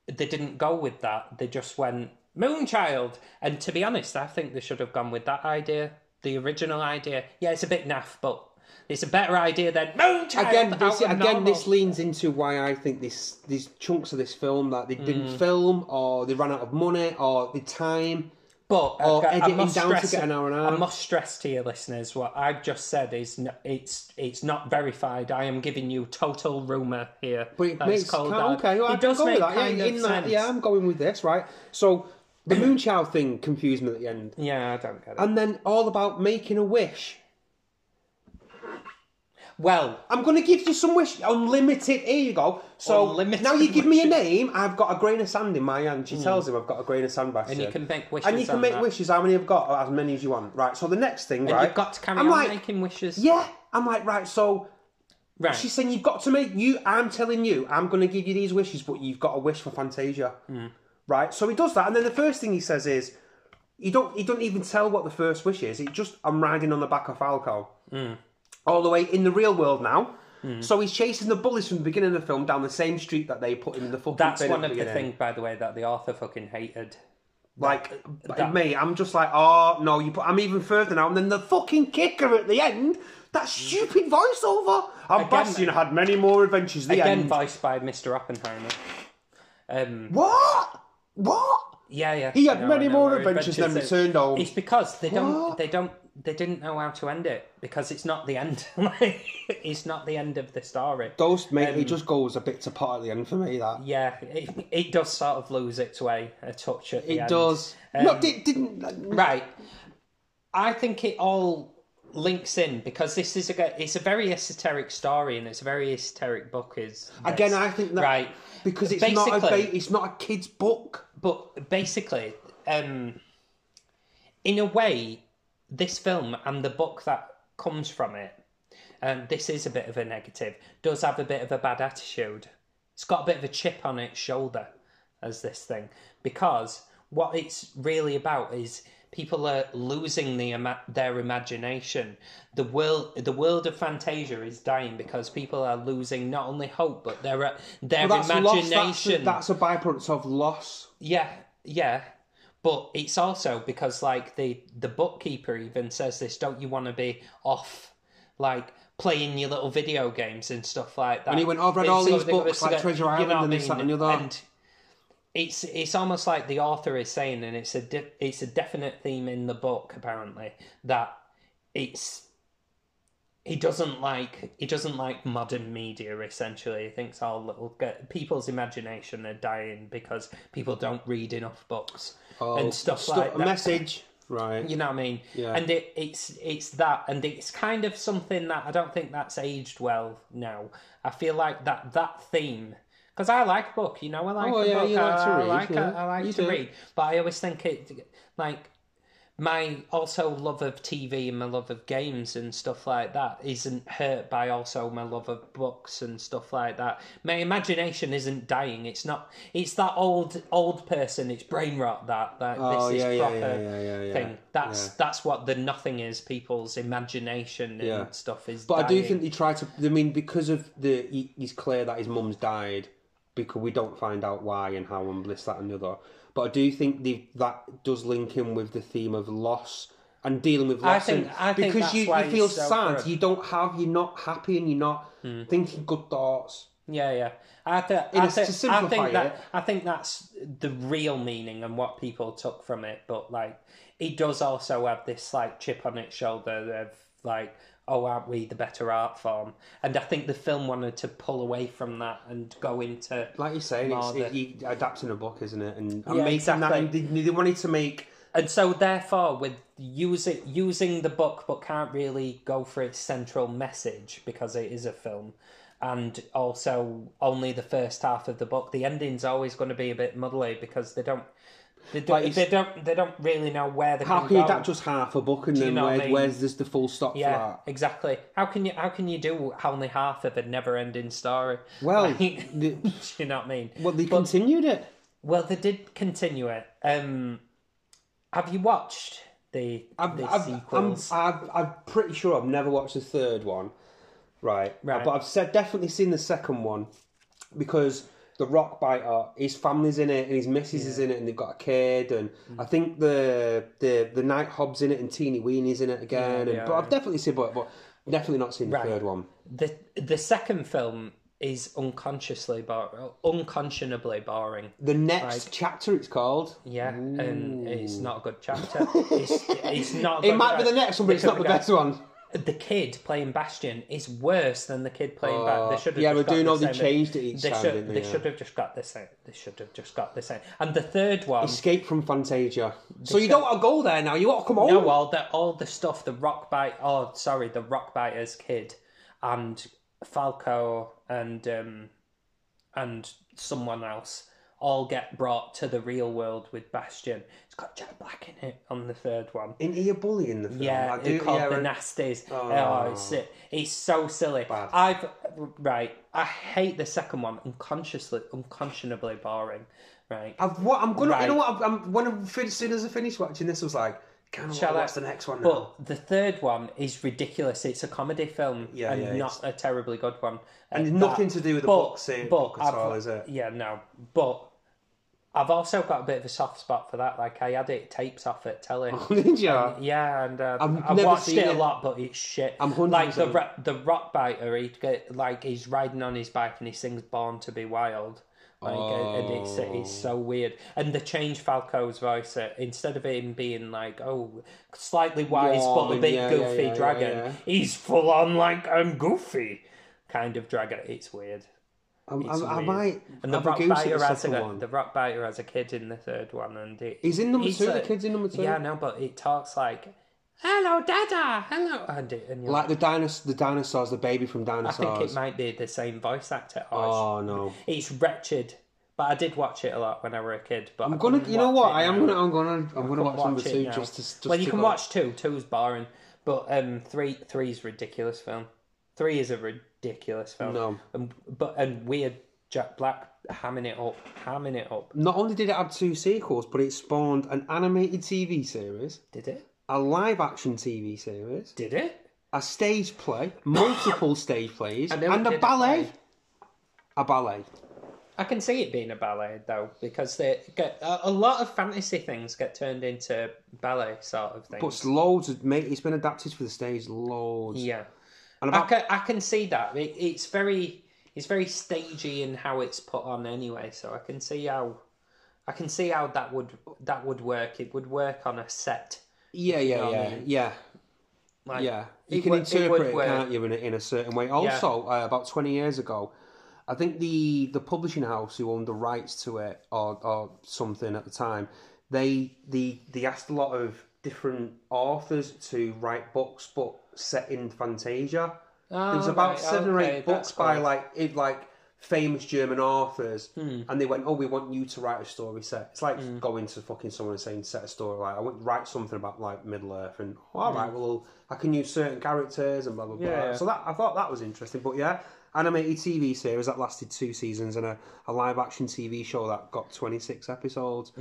they didn't go with that. They just went Moonchild. And to be honest, I think they should have gone with that idea, the original idea. Yeah, it's a bit naff, but it's a better idea than Moonchild. again, this, out again, of normal. this leans into why I think this these chunks of this film that they Mm. didn't film, or they ran out of money, or the time. But or I, I editing must down to stress- get an hour and a I half. must stress to your listeners what I've just said is n it's it's not verified. I am giving you total rumor here. But it That is makes cold ca- hard. okay. Well, I it does can go make with that. kind yeah, of in sense. That, yeah, I'm going with this right. So the Moonchild thing confused me at the end, Yeah, I don't get it. and then all about making a wish. well, I'm going to give you some wish. Unlimited. Here you go. So Unlimited Hmm. now you give me a name. I've got a grain of sand in my hand. She tells him I've got a grain of sand back and you can make wishes. And you can on make that. wishes how many I've got, or as many as you want. Right, so the next thing, And right? You've got to carry I'm on like, making wishes. Yeah. I'm like, right, so right. she's saying you've got to make you I'm telling you, I'm gonna give you these wishes, but you've got a wish for Fantasia. Mm. Right? So he does that, and then the first thing he says is you don't you don't even tell what the Mm. first wish is. It just I'm riding on the back of Falco. All the way in the real world now. So he's chasing the bullies from the beginning of the film down the same street that they put him in the fucking. That's bin at one of the beginning. things, by the way, that the author fucking hated. Like that- me, I'm just like, oh no, you put. I'm even further now, and then the fucking kicker at the end. That stupid voiceover. And Mm. Again- Bastion had many more adventures. The Again, end. voiced by Mr. Oppenheimer. Um, what? What? yeah, yeah. He had I know, many I know, more our adventures than that- Returned Home. It's because they don't, What? they don't, they didn't know how to end it because it's not the end. Like, it's not the end of the story. Ghost, mate, it just goes a bit to pot at the end for me. That Um, Yeah, it, it does sort of lose its way a touch at the it end. Um, does. no, it didn't. Right. I think it all links in because this is a ge- it's a very esoteric story and it's a very esoteric book is this. Again, I think that right because it's not a Basically- ba- it's not a kid's book. but basically um in a way this film and the book that comes from it and this is a bit of a negative does have a bit of a bad attitude it's got a bit of a chip on its shoulder as this thing because what it's really about is people are losing the ima- their imagination the world the world of fantasia is dying because people are losing not only hope but their uh, their That's loss. imagination That's, a- that's a byproduct of loss. yeah, yeah. But it's also because like the the bookkeeper even says this, don't you want to be off like playing your little video games and stuff like that? And he went, "I've read all these books, like Treasure Island and this, that, and the other." it's it's almost like the author is saying, and it's a de- it's a definite theme in the book apparently that it's he doesn't like he doesn't like modern media essentially he thinks all little get, people's imagination are dying because people don't read enough books and stuff Stu- like Oh, a that message, right? you know what i mean Yeah. and it, it's it's that and it's kind of something that i don't think that's aged well now i feel like that that theme because i like book you know i like Oh, a yeah, book you like to I, read, like, yeah. I like You to do. read but i always think it like my also love of TV and my love of games and stuff like that isn't hurt by also my love of books and stuff like that. My imagination isn't dying. It's not. It's that old old person. It's brain rot. That that Oh, this yeah, is yeah, proper yeah, yeah, yeah, yeah. thing. That's that's what the nothing is. People's imagination and Yeah. stuff is. But I do dying. think they tried to. I mean, because of the, he, he's clear that his mum's died because we don't find out why and how and this, that, and the other. But I do think the, that does link in with the theme of loss and dealing with loss. think- and- I think because that's you, why you he's feel so Hmm. sad, corrupt. you don't have, you're not happy, and you're not thinking good thoughts. Yeah, yeah. I, th- a- I, th- to I simplify think that it- I think that's the real meaning and what people took from it. But like, it does also have this like chip on its shoulder of like, oh, aren't we the better art form? And I think the film wanted to pull away from that and go into Like you're saying, it's, Rather. it, you adapting a book, isn't it? And, and Yeah, making that. And exactly. they, they wanted to make and so therefore with using using the book but can't really go for its central message because it is a film and also only the first half of the book the ending's always going to be a bit muddly because they don't they don't, Like, they don't they don't really know where they're how gonna can you go. adapt just half a book and then know what I where, mean? where's this the full stop yeah for that? exactly how can you how can you do only half of a never ending story Well, Like, do the, you know what i mean well, they continued it. well they did continue it um have you watched the, the I've, I'm, sequels I've, I'm pretty sure I've never watched the third one, right? Right. But I've said, definitely seen the second one because the rock biter, his family's in it and his missus is in it and they've got a kid and Mm. I think the the the night hob's in it and teeny weenie's in it again. and, yeah, but I've yeah. definitely seen, but, but definitely not seen the third one. the the second film is unconsciously bar- unconscionably boring. The next chapter, it's called. Yeah, and it's not a good chapter. it's, it's not. a It good might be chapter. the next one, but it's not the Because- best one. The kid playing Bastion is worse than the kid playing. Oh, Ba- they should have yeah, just we do got know the they same- changed it each They time, should, didn't they? they Yeah. should have just got the same. They should have just got the same. And the third one, Escape from Fantasia. So you don't want to go there now. You want to come home. No, all the all the stuff, the rock bite. Oh, sorry, the rock biter's kid, and Falco, and um, and someone else all get brought to the real world with Bastion. It's got Jack Black in it on the third one. Isn't he a bully in the film? Yeah, I do, they're called yeah, the and- Nasties. Oh, it's it's so silly. I've right. I hate the second one. Unconsciously, unconscionably boring. Right. I've what I'm gonna. You Right. know what? I'm, I'm when I fin- as soon as I finished watching this, I was like, Kind of Shall I- what's the next one now? But the third one is ridiculous. It's a comedy film Yeah, and yeah, not a terribly good one. And Uh, nothing that- to do with the but- boxing but book at I've- all, is it? Yeah, no. But I've also got a bit of a soft spot for that. Like I had it taped off at telly. Did you? Yeah, and uh, I've I've never watched seen it a it. lot, but it's shit. I'm like the 100%. ra- the rock biter. He get, like he's riding on his bike and he sings "Born to Be Wild." Like, uh, and it's it's Oh. so weird. And they change Falco's voice uh, instead of him being like oh slightly wise but a Warm, bit yeah, yeah, goofy yeah, yeah, dragon, yeah. he's full on like I'm goofy kind of dragon. It's weird. I'm, It's I'm, I weird. might. And the have a rock goose at biter the has a second one. the rock biter has a kid in the third one, and it, He's in number he's two. a- the kid's in number two. yeah, no, but it talks like, "Hello, Dada, hello," and, it, and you're like, Like the dinos- the dinosaurs, the baby from I dinosaurs. think it might be the same voice actor. Or oh no! it's, it's wretched, but I did watch it a lot when I were a kid. But I'm gonna. You know what? I am gonna. I'm gonna. I'm gonna watch, number two now. just to. Just well, you to can go- watch two. Two's boring, but um, three three's ridiculous film. Three is a ridiculous film. No. and, but and weird Jack Black hamming it up, hamming it up. Not only did it have two sequels, but it spawned an animated TV series, Did it? a live action TV series, Did it? a stage play, multiple stage plays, know it and a did a ballet. play. A ballet. I can see it being a ballet though, because they get a, a lot of fantasy things get turned into ballet sort of things. But it's loads of mate. It's been adapted for the stage loads. yeah, And I about can, I can see that. It, it's very it's very stagey in how it's put on anyway. So I can see how I can see how that would that would work. It would work on a set. yeah, yeah, know what I yeah, yeah. Like, Yeah, it you can wo- it would interpret it, work. can't you, in a, in a certain way. Also, uh, about twenty years ago, I think the the publishing house who owned the rights to it or or something at the time, they the they asked a lot of different authors to write books, but set in Fantasia. Oh, there was about right, seven or okay, eight books that's by cool. like it, like famous German authors, and they went, "Oh, we want you to write a story set." It's like going to fucking someone and saying, "Set a story." Like I want write something about like Middle Earth, and "Oh, all right, well, I can use certain characters and blah blah blah. Yeah, yeah. So that I thought that was interesting, but yeah. Animated TV series that lasted two seasons and a, a live action TV show that got 26 episodes.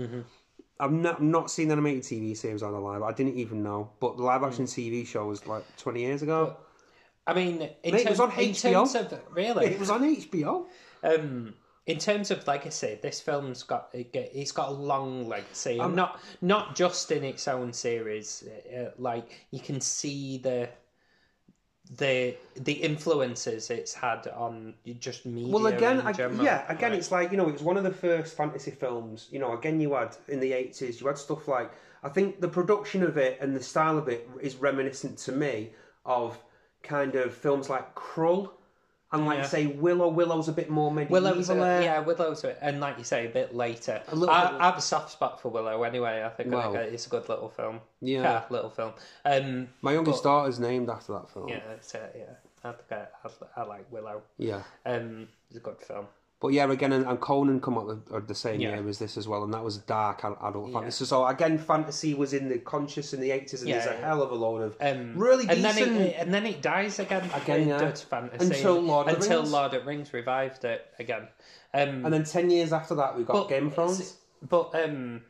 I've not, not seen animated TV series on a live, I didn't even know. But the live action TV show was like 20 years ago. I mean, in, Mate, it terms, was on in HBO. terms of really, It was on HBO. um in terms of legacy this film's got it get- it's got a long legacy and not not just in its own series uh, like you can see the the the influences it's had on just media Well, again, in I, general. yeah, again, Like, it's like you know, it was one of the first fantasy films. You know, again, you had in the eighties, you had stuff like I think the production of it and the style of it is reminiscent to me of kind of films like Krull and like Yeah. say Willow. Willow's a bit more medieval. Willow's a, eh? yeah, Willow's a, and like you say, a bit later. I, little bit- I have a soft spot for Willow anyway. I think I Wow. think it's a good little film. Yeah. little film. Um, My youngest daughter's named after that film. yeah, it's, uh, yeah. I think I, I, I like Willow. Yeah. Um, it's a good film. But yeah, again, and, and Conan come out the, uh, the same Yeah. year as this as well, and that was dark ad- adult fantasy. So again, fantasy was in the conscious in the eighties, and Yeah, there's a yeah. hell of a load of Um, really and decent. then it, and then it dies again. Again, it yeah. does fantasy Until Lord of the until Rings. Lord of the Rings revived it again. Um, And then ten years after that, we got but Game of it's- Thrones. But um,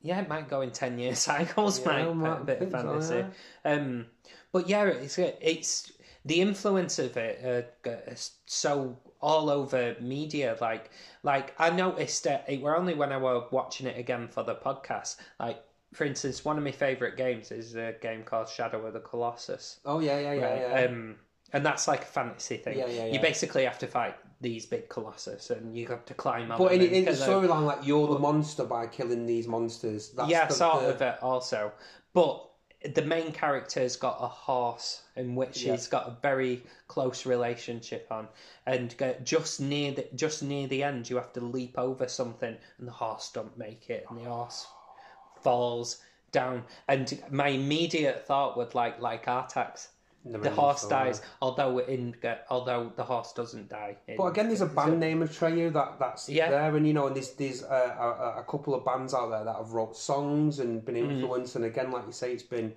yeah, it might go in ten year cycles. Yeah, might, might- a bit of think so, fantasy. um, but yeah, it's it's the influence of it uh, is so all over media. Like like I noticed uh, it were only when I were watching it again for the podcast. Like for instance, one of my favorite games is a game called Shadow of the Colossus. Oh yeah, yeah, yeah, yeah. Um, and that's like a fantasy thing. Yeah, yeah, You yeah. basically have to fight these big colossus, and you have to climb on. but them in, and in the kill them. storyline, like you're the monster by killing these monsters. That's yeah, the, sort the- of it also. But the main character's got a horse, in which Yeah. he's got a very close relationship on, and go- just near the just near the end, you have to leap over something, and the horse don't make it, and the horse falls down. And my immediate thought would like like Artax. The ending horse storyline. dies, although in although the horse doesn't die. in- But again, there's a band name Atreyu that that's Yeah. there, and you know, and there's there's uh, a, a- a couple of bands out there that have wrote songs and been Mm-hmm. influenced, and again, like you say, it's been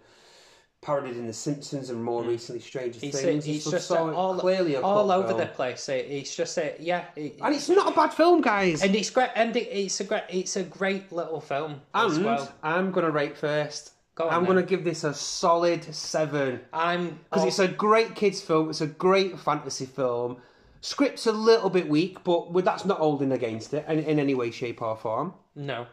parodied in The Simpsons and Mm. more recently Stranger it's, Things. and it's stuff. just so all, clearly a all cult over film. the place. It, it's just a, yeah, it, and it's not a bad film, guys. and it's great, and it, it's a great, it's a great little film as And well. I'm gonna rate first. Go on. I'm then. going to give this a solid seven. I'm because all- it's a great kids film. It's a great fantasy film. Script's a little bit weak, but we- that's not holding against it in, in any way, shape, or form. no.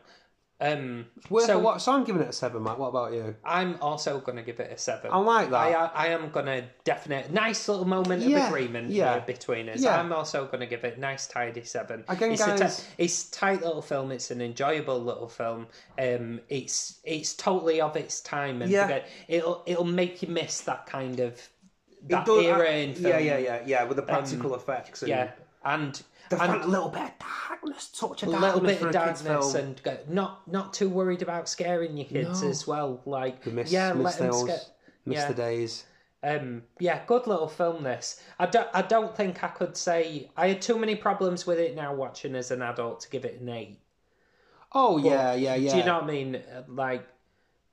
Um, Worth so a watch. So I'm giving it a seven, Matt. What about you? I'm also going to give it a seven. I like that. I, uh, I am going to definite nice little moment Yeah, of agreement yeah. here between us. Yeah. I'm also going to give it nice tidy seven. Again, it's a guys- ti- it's a tight little film. It's an enjoyable little film. Um, it's it's totally of its time, and Yeah. forget- it'll it'll make you miss that kind of It that does- era I- in film. Um, yeah, yeah, yeah, yeah, with the practical effects. And yeah. And the and fan- a little bit of darkness, touch of a darkness little bit for of a kids darkness film. and go, not not too worried about scaring your kids No. as well. Like miss, yeah, miss let them those, scare. miss yeah. the days. Um, yeah, good little film. This I don't. I don't think I could say I had too many problems with it now watching as an adult to give it an eight. Oh yeah, yeah, yeah. Do you know what I mean? Like,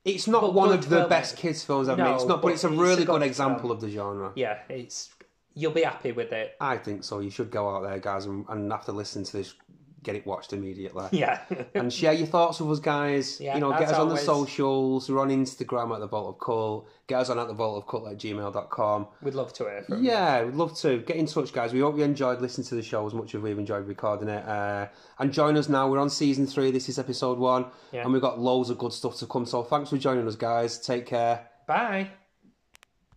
it's not one good of the film, best it- kids films I've No, made. It's not, but, but it's a it's a really good good film. example of the genre. yeah, it's you'll be happy with it. I think so. You should go out there, guys, and, and after listening to this, get it watched immediately. Yeah, and share your thoughts with us, guys. Yeah, you know, get as us on always. the socials. We're on Instagram at the Vault of Cult. Get us on at the Vault of Cult at gmail.com. we'd love to hear from. you. Yeah, we'd love to. Get in touch, guys. We hope you enjoyed listening to the show as much as we've enjoyed recording it. Uh, and join us now. We're on season three. This is episode one. Yeah. And we've got loads of good stuff to come. So thanks for joining us, guys. Take care. Bye.